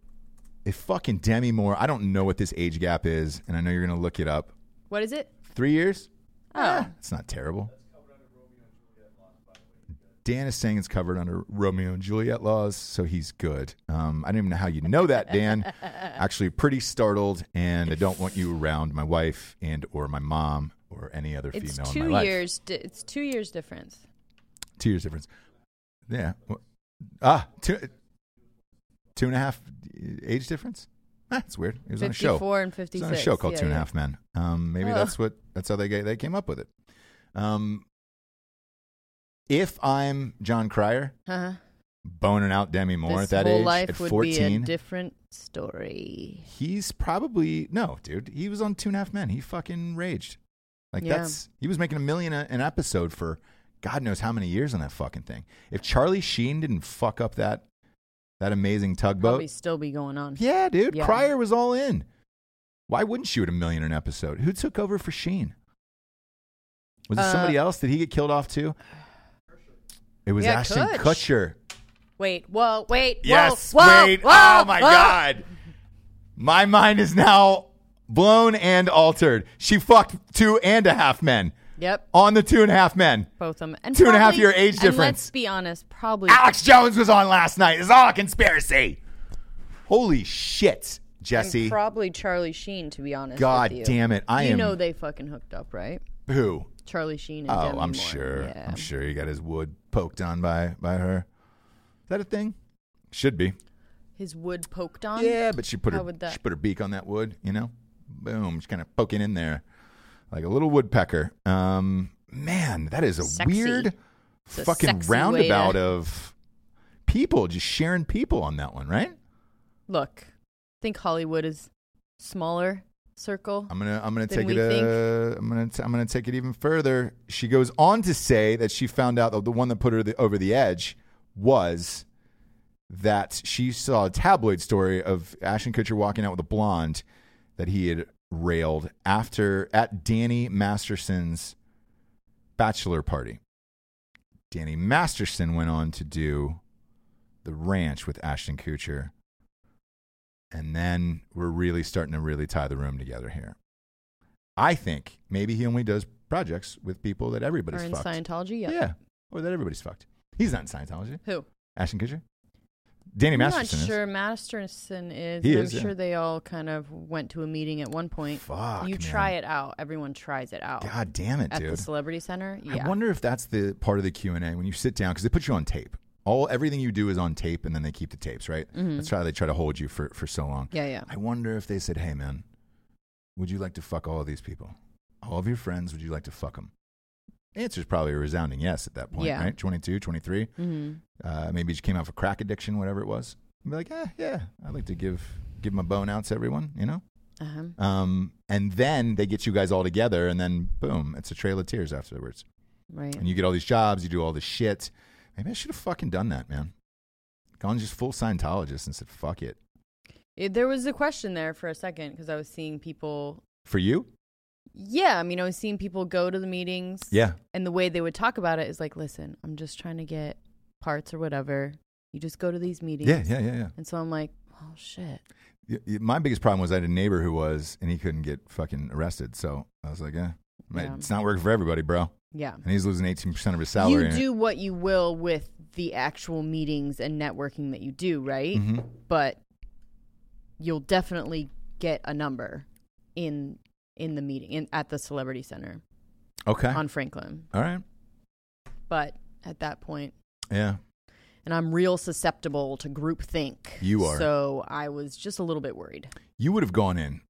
S1: if fucking Demi Moore, I don't know what this age gap is, and I know you're going to look it up.
S3: What is it?
S1: Three years? Ah,
S3: Oh,
S1: It's not terrible. Dan is saying it's covered under Romeo and Juliet laws, so he's good. Um, I don't even know how you know that,
S3: *laughs*
S1: Dan. Actually, pretty startled, and I don't want you around my wife and or my mom or any other
S3: it's
S1: female in
S3: two
S1: my life.
S3: years. Di- it's two years difference.
S1: Two years difference. Yeah. Wha- Ah, two, two and a half age difference. Ah, that's weird. It was on a show.
S3: 54 and
S1: It's
S3: 56.
S1: on a show called
S3: Yeah,
S1: Two and a
S3: yeah.
S1: Half Men. Um, maybe
S3: Oh.
S1: that's what that's how they ga- they came up with it. Um, if I'm John Cryer
S3: Uh-huh.
S1: boning out Demi Moore
S3: this
S1: at that
S3: whole
S1: age
S3: life
S1: at
S3: would be a
S1: 14,
S3: different story.
S1: he's probably no dude. He was on Two and a Half Men. He fucking raged. Like
S3: Yeah.
S1: that's he was making a million a- an episode for God knows how many years on that fucking thing. If Charlie Sheen didn't fuck up that that amazing tugboat,
S3: Probably still be going on.
S1: Yeah, dude.
S3: Yeah.
S1: Cryer was all in. Why wouldn't she at a million an episode? Who took over for Sheen? Was it
S3: Uh,
S1: somebody else? Did he get killed off too? It was
S3: Yeah,
S1: Ashton
S3: Kutch.
S1: Kutcher.
S3: Wait, whoa, wait,
S1: Yes,
S3: whoa, whoa,
S1: wait.
S3: whoa,
S1: oh my
S3: whoa.
S1: god. My mind is now blown and altered. She fucked two and a half men
S3: Yep,
S1: on the two and a half men.
S3: both of them. And
S1: Two and a half
S3: probably-
S1: year age
S3: and
S1: difference. Ah,
S3: Let's be honest, probably
S1: Alex Jones was on last night. It's all a conspiracy. Holy shit,
S3: and
S1: Jesse.
S3: probably Charlie Sheen. To be honest,
S1: God
S3: with you.
S1: damn it. I
S3: you
S1: am
S3: know they fucking hooked up, right?
S1: who?
S3: Charlie Sheen. And
S1: Oh,
S3: Demi
S1: I'm
S3: Moore.
S1: sure.
S3: Yeah.
S1: I'm sure he got his wood poked on by by her. Is that a thing? Should be.
S3: His wood poked on.
S1: Yeah, but she put
S3: How
S1: her
S3: would that-
S1: she put her beak on that wood. You know, boom, just kind of poking in there like a little woodpecker. Um, man, that is a
S3: Sexy.
S1: weird
S3: a
S1: fucking
S3: sexy way
S1: roundabout
S3: to-
S1: of people just sharing people on that one, right?
S3: Look, I think Hollywood is smaller circle.
S1: I'm gonna I'm gonna
S3: than
S1: take
S3: we
S1: it. Uh, I'm gonna t- I'm gonna take it even further. She goes on to say that she found out that the one that put her the, over the edge was that she saw a tabloid story of Ashton Kutcher walking out with a blonde that he had railed after at Danny Masterson's bachelor party. Danny Masterson went on to do the ranch with Ashton Kutcher. And then we're really starting to really tie the room together here. I think maybe he only does projects with people that
S3: Or
S1: everybody's
S3: in
S1: fucked.
S3: Scientology, yeah.
S1: Yeah. Or that everybody's fucked. He's not in Scientology.
S3: Who?
S1: Ashton Kutcher? Danny
S3: I'm
S1: Masterson
S3: not
S1: is.
S3: sure Masterson is.
S1: He
S3: and
S1: is,
S3: I'm
S1: yeah.
S3: sure they all kind of went to a meeting at one point.
S1: Fuck,
S3: you
S1: man.
S3: try it out. Everyone tries it out
S1: God damn it,
S3: at
S1: dude.
S3: the Celebrity Center. Yeah,
S1: I wonder if that's the part of the Q and A when you sit down because they put you on tape. All everything you do is on tape, and then they keep the tapes, right?
S3: Mm-hmm.
S1: That's why they try to hold you for for so long.
S3: yeah, yeah.
S1: I wonder if they said, "Hey, man, would you like to fuck all of these people? All of your friends? Would you like to fuck them?" Answer's probably a resounding yes at that point,
S3: Yeah.
S1: right? 22, 23.
S3: Mm-hmm.
S1: Uh, maybe just came out for crack addiction, whatever it was. I'd be like, eh, yeah, I'd like to give give my bone outs to everyone, you know?
S3: Uh-huh.
S1: Um, and then they get you guys all together, and then boom, it's a trail of tears afterwards
S3: Right.
S1: and you get all these jobs, you do all this shit. Maybe I should have fucking done that, man. Gone just full Scientologist and said, fuck it.
S3: It- there was a question there for a second because I was seeing people
S1: For you?
S3: Yeah, I mean, I was seeing people go to the meetings.
S1: Yeah.
S3: And the way they would talk about it is like, listen, I'm just trying to get parts or whatever. You just go to these meetings.
S1: Yeah, yeah, yeah, yeah.
S3: And so I'm like, oh shit.
S1: Y- y- My biggest problem was I had a neighbor who was, and he couldn't get fucking arrested. So I was like, eh, man,
S3: Yeah.
S1: it's not working for everybody, bro.
S3: Yeah.
S1: And he's losing 18% of his salary.
S3: you do what you will with the actual meetings and networking that you do, right?
S1: Mhm.
S3: But you'll definitely get a number in in the meeting in, at the celebrity center
S1: Okay.
S3: on Franklin.
S1: All right.
S3: But at that point,
S1: Yeah.
S3: and I'm real susceptible to groupthink.
S1: You are.
S3: So I was just a little bit worried
S1: You would have gone in.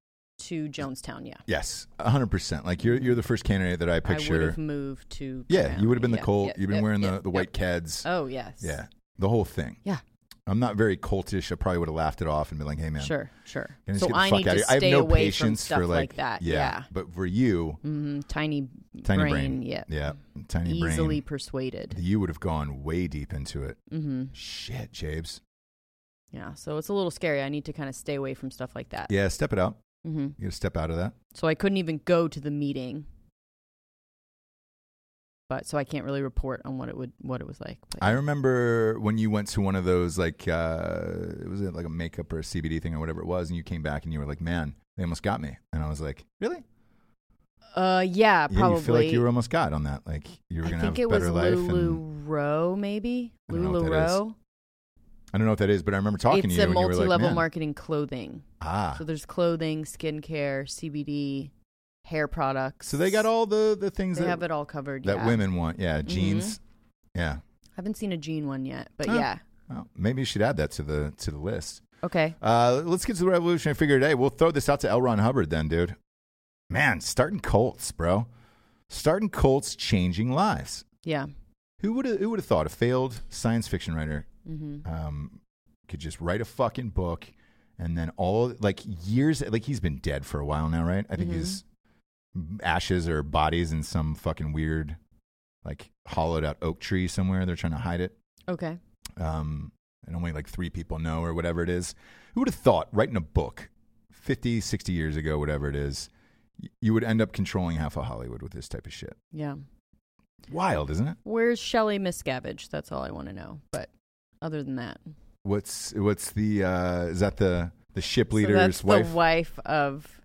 S3: to Jonestown. Yeah,
S1: Yes, 100%. Like you're, you're the first candidate that I
S3: I would
S1: picture.
S3: have moved to.
S1: yeah, you would have been the
S3: yeah,
S1: Colt.
S3: yeah,
S1: You've been
S3: yeah,
S1: wearing
S3: yeah,
S1: the, the
S3: yeah.
S1: white Keds.
S3: Oh yes.
S1: Yeah. The whole thing.
S3: Yeah.
S1: I'm not very cultish. I probably would have laughed it off and been like, hey, man.
S3: Sure. Sure.
S1: Can I just
S3: So
S1: get the
S3: I
S1: fuck
S3: need
S1: out of
S3: to
S1: here?
S3: stay
S1: I have no
S3: away
S1: patience
S3: from stuff
S1: for like,
S3: that.
S1: Yeah. But for you,
S3: Mhm, Tiny,
S1: tiny brain.
S3: Yeah.
S1: Yeah. Tiny
S3: Easily
S1: brain.
S3: persuaded.
S1: You would have gone way deep into it.
S3: hmm
S1: Shit, Jabes.
S3: Yeah. So it's a little scary. I need to kind of stay away from stuff like that.
S1: Yeah, step it up.
S3: hmm
S1: You gotta step out of that.
S3: So I couldn't even go to the meeting. But so I can't really report on what it would what it was like. But,
S1: I remember when you went to one of those like uh was it like a makeup or a CBD thing or whatever it was, and you came back and you were like, "Man, they almost got me," and I was like, "Really?"
S3: uh, yeah,
S1: Yeah,
S3: probably.
S1: you feel like you were almost got on that. Like you were
S3: I
S1: gonna
S3: think
S1: have
S3: it
S1: a better
S3: was
S1: life.
S3: Lulu
S1: And
S3: Rowe, maybe
S1: I don't know
S3: Lulu
S1: what that is.
S3: Rowe.
S1: I don't know what that is, but I remember talking
S3: It's
S1: to you.
S3: a
S1: and you were like,
S3: multi-level
S1: "Man,
S3: marketing clothing.
S1: Ah,
S3: So there's clothing, skincare, CBD, hair products.
S1: so they got all the the things
S3: They
S1: that
S3: have it all covered.
S1: that
S3: yeah. Mm-hmm.
S1: women want. Yeah, jeans. Yeah.
S3: I haven't seen a jean one yet, but
S1: Huh.
S3: yeah.
S1: Well, maybe you should add that to the to the list.
S3: Okay.
S1: Uh, let's get to the revolutionary figure today. We'll throw this out to L. Ron Hubbard then, dude. Man, starting Colts, bro. Starting Colts, changing lives.
S3: Yeah.
S1: Who would who would have thought a failed science fiction writer
S3: hmm
S1: um, could just write a fucking book and then all like years like he's been dead for a while now, right? I think
S3: Mhm.
S1: his ashes or bodies in some fucking weird like hollowed out oak tree somewhere. They're trying to hide it
S3: Okay.
S1: um, and only like three people know or whatever it is. Who would have thought writing a book 50, 60 years ago, whatever it is, y- you would end up controlling half of Hollywood with this type of shit?
S3: Yeah.
S1: Wild, isn't it?
S3: Where's Shelley Miscavige? That's all I want to know. But other than that,
S1: What's what's the uh, is that the the ship
S3: So
S1: leader's
S3: that's
S1: wife,
S3: the wife of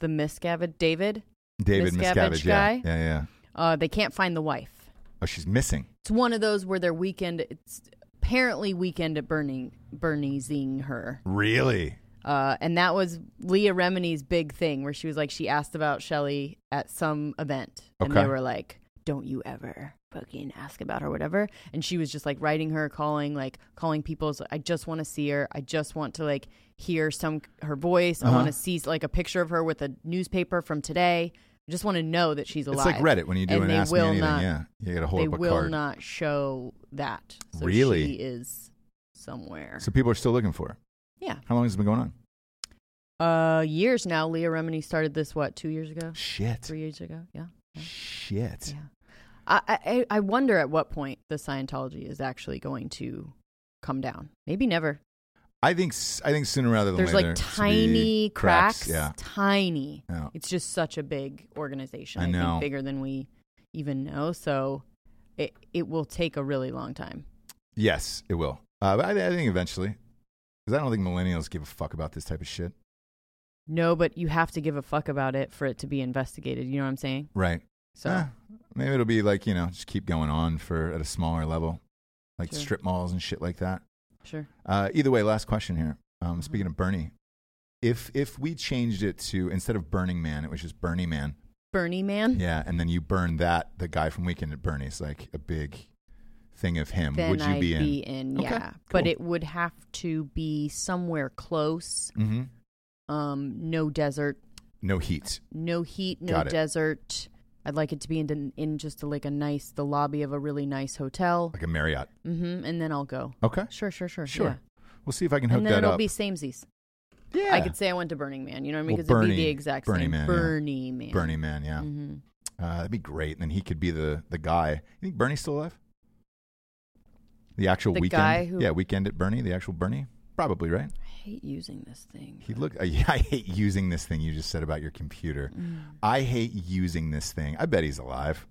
S3: the Miscavige, David.
S1: David
S3: Miscavige
S1: Miscavige? Yeah,
S3: guy?
S1: yeah, yeah.
S3: Uh, they can't find the wife.
S1: Oh, she's missing.
S3: It's one of those where they're weekend. It's apparently weekend at burning, bernizing her.
S1: Really?
S3: Uh, and that was Leah Remini's big thing where she was like, she asked about Shelley at some event. And
S1: Okay.
S3: they were like, don't you ever fucking ask about her, whatever. And she was just like writing her, calling, like calling people. It's like, I just want to see her. I just want to like hear some, her voice. I
S1: Uh-huh.
S3: want to see like a picture of her with a newspaper from today. I just want to know that she's alive.
S1: It's like Reddit when you do
S3: And
S1: an
S3: they
S1: ask me
S3: will
S1: anything.
S3: not-
S1: yeah, you got to hold
S3: They
S1: up a
S3: will
S1: card.
S3: not show that. So
S1: Really?
S3: She is somewhere.
S1: So people are still looking for her.
S3: yeah.
S1: How long has it been going on?
S3: Uh, years now. Leah Remini started this, what, two years ago?
S1: Shit.
S3: Oh, Three years ago? Yeah.
S1: Shit.
S3: Yeah. I, I I wonder at what point the Scientology is actually going to come down. Maybe never.
S1: I think s- I think sooner rather than
S3: There's
S1: later.
S3: like
S1: it's gonna
S3: tiny
S1: be
S3: cracks,
S1: Yeah.
S3: tiny.
S1: Yeah.
S3: It's just such a big organization.
S1: I
S3: I,
S1: know.
S3: think bigger than we even know. So it it will take a really long time.
S1: Yes, it will. Uh, but I, I think eventually, because I don't think millennials give a fuck about this type of shit.
S3: No, but you have to give a fuck about it for it to be investigated. You know what I'm saying?
S1: Right.
S3: So
S1: Eh, maybe it'll be like you know, just keep going on for at a smaller level, like
S3: Sure.
S1: strip malls and shit like that.
S3: sure.
S1: Uh, either way, last question here.
S3: Mm-hmm.
S1: Um, speaking of Bernie, if if we changed it to instead of Burning Man, it was just Bernie Man.
S3: Bernie man.
S1: Yeah, and then you burn that the guy from Weekend at Bernie's, like a big thing of him.
S3: Then
S1: Would you
S3: I'd
S1: be in? Okay,
S3: yeah. But
S1: cool.
S3: it would have to be somewhere close.
S1: hmm
S3: um, no desert,
S1: No heat.
S3: no heat, no
S1: Got it.
S3: desert. I'd like it to be in, in just like a nice, the lobby of a really nice hotel.
S1: Like a Marriott.
S3: hmm And then I'll go.
S1: Okay.
S3: Sure, sure, sure.
S1: Sure.
S3: yeah.
S1: We'll see if I can hook
S3: And then
S1: that
S3: it'll
S1: up.
S3: be samesies.
S1: yeah.
S3: I could say I went to Burning Man. You know what I mean?
S1: Well,
S3: Because it'd be
S1: Bernie-
S3: the exact
S1: Burning
S3: same.
S1: Man, yeah.
S3: Burning Man.
S1: Bernie Man, yeah.
S3: hmm
S1: Uh, that'd be great. And then he could be the, the guy. You think Bernie's still alive? The actual
S3: The
S1: weekend?
S3: guy who-
S1: Yeah, weekend at Bernie, the actual Bernie. Probably right.
S3: I hate using this thing.
S1: He looked. *laughs* I, I hate using this thing you just said about your computer.
S3: Mm.
S1: I hate using this thing. I bet he's alive.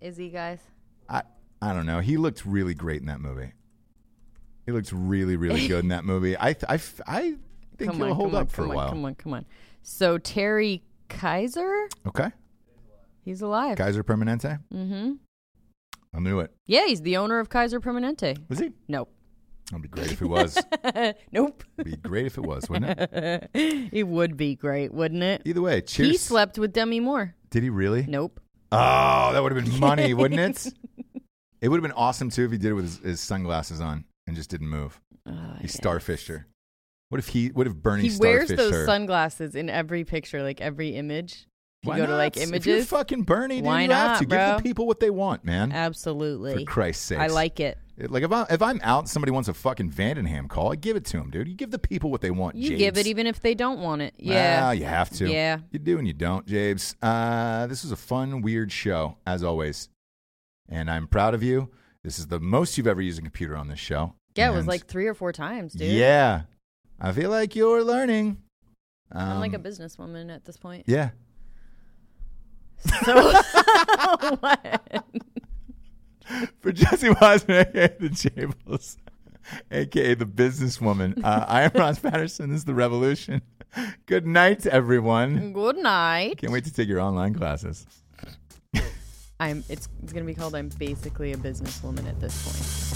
S3: Is he, guys?
S1: I I don't know. He looked really great in that movie. He looks really really good in
S3: *laughs*
S1: that movie. I th- I, f- I think
S3: come
S1: he'll
S3: on,
S1: hold up
S3: come on,
S1: for
S3: come
S1: a
S3: on,
S1: while.
S3: Come on, come on. So Terry Kaiser,
S1: Okay,
S3: he's alive.
S1: Kaiser Permanente.
S3: mm-hmm.
S1: I knew it.
S3: Yeah, he's the owner of Kaiser Permanente.
S1: Was he?
S3: Nope.
S1: It'd be great if he was.
S3: nope. *laughs*
S1: It'd be great if it was, wouldn't it?
S3: it would be great, wouldn't it?
S1: Either way, cheers.
S3: He slept with Demi Moore.
S1: Did he really?
S3: Nope.
S1: Oh, that would have been money,
S3: *laughs*
S1: wouldn't it? It would have been awesome too if he did it with his, his sunglasses on and just didn't move.
S3: Oh,
S1: He starfished her. What if he? What if Bernie
S3: He wears
S1: starfished
S3: those
S1: her?
S3: sunglasses in every picture, like every image. If
S1: Why
S3: you go to
S1: not?
S3: like
S1: If you're
S3: images.
S1: fucking Bernie, then
S3: Why
S1: you have
S3: not,
S1: to give
S3: bro?
S1: the people what they want, man.
S3: Absolutely.
S1: For Christ's sake,
S3: I like it.
S1: Like if I if I'm out, and somebody wants a fucking Vandenham call, I give it to him, dude. You give the people what they want.
S3: You
S1: James.
S3: give it even if they don't want it. Yeah.
S1: Ah, you have to.
S3: Yeah.
S1: You do and you don't, James. Uh, this was a fun, weird show, as always. And I'm proud of you. This is the most you've ever used a computer on this show.
S3: Yeah, it was
S1: And-
S3: like three or four times, dude.
S1: Yeah. I feel like you're learning.
S3: I'm like a
S1: Um,
S3: businesswoman at this point.
S1: Yeah. *laughs*
S3: *laughs* So what?
S1: For Jesse Wiseman, aka the Jables, *laughs* aka the businesswoman. Uh, I am
S3: *laughs*
S1: Ross Patterson. This is the Revolution. Good night, everyone.
S3: Good night.
S1: Can't wait to take your online classes.
S3: I'm. It's, it's gonna be called. I'm basically a businesswoman at this point.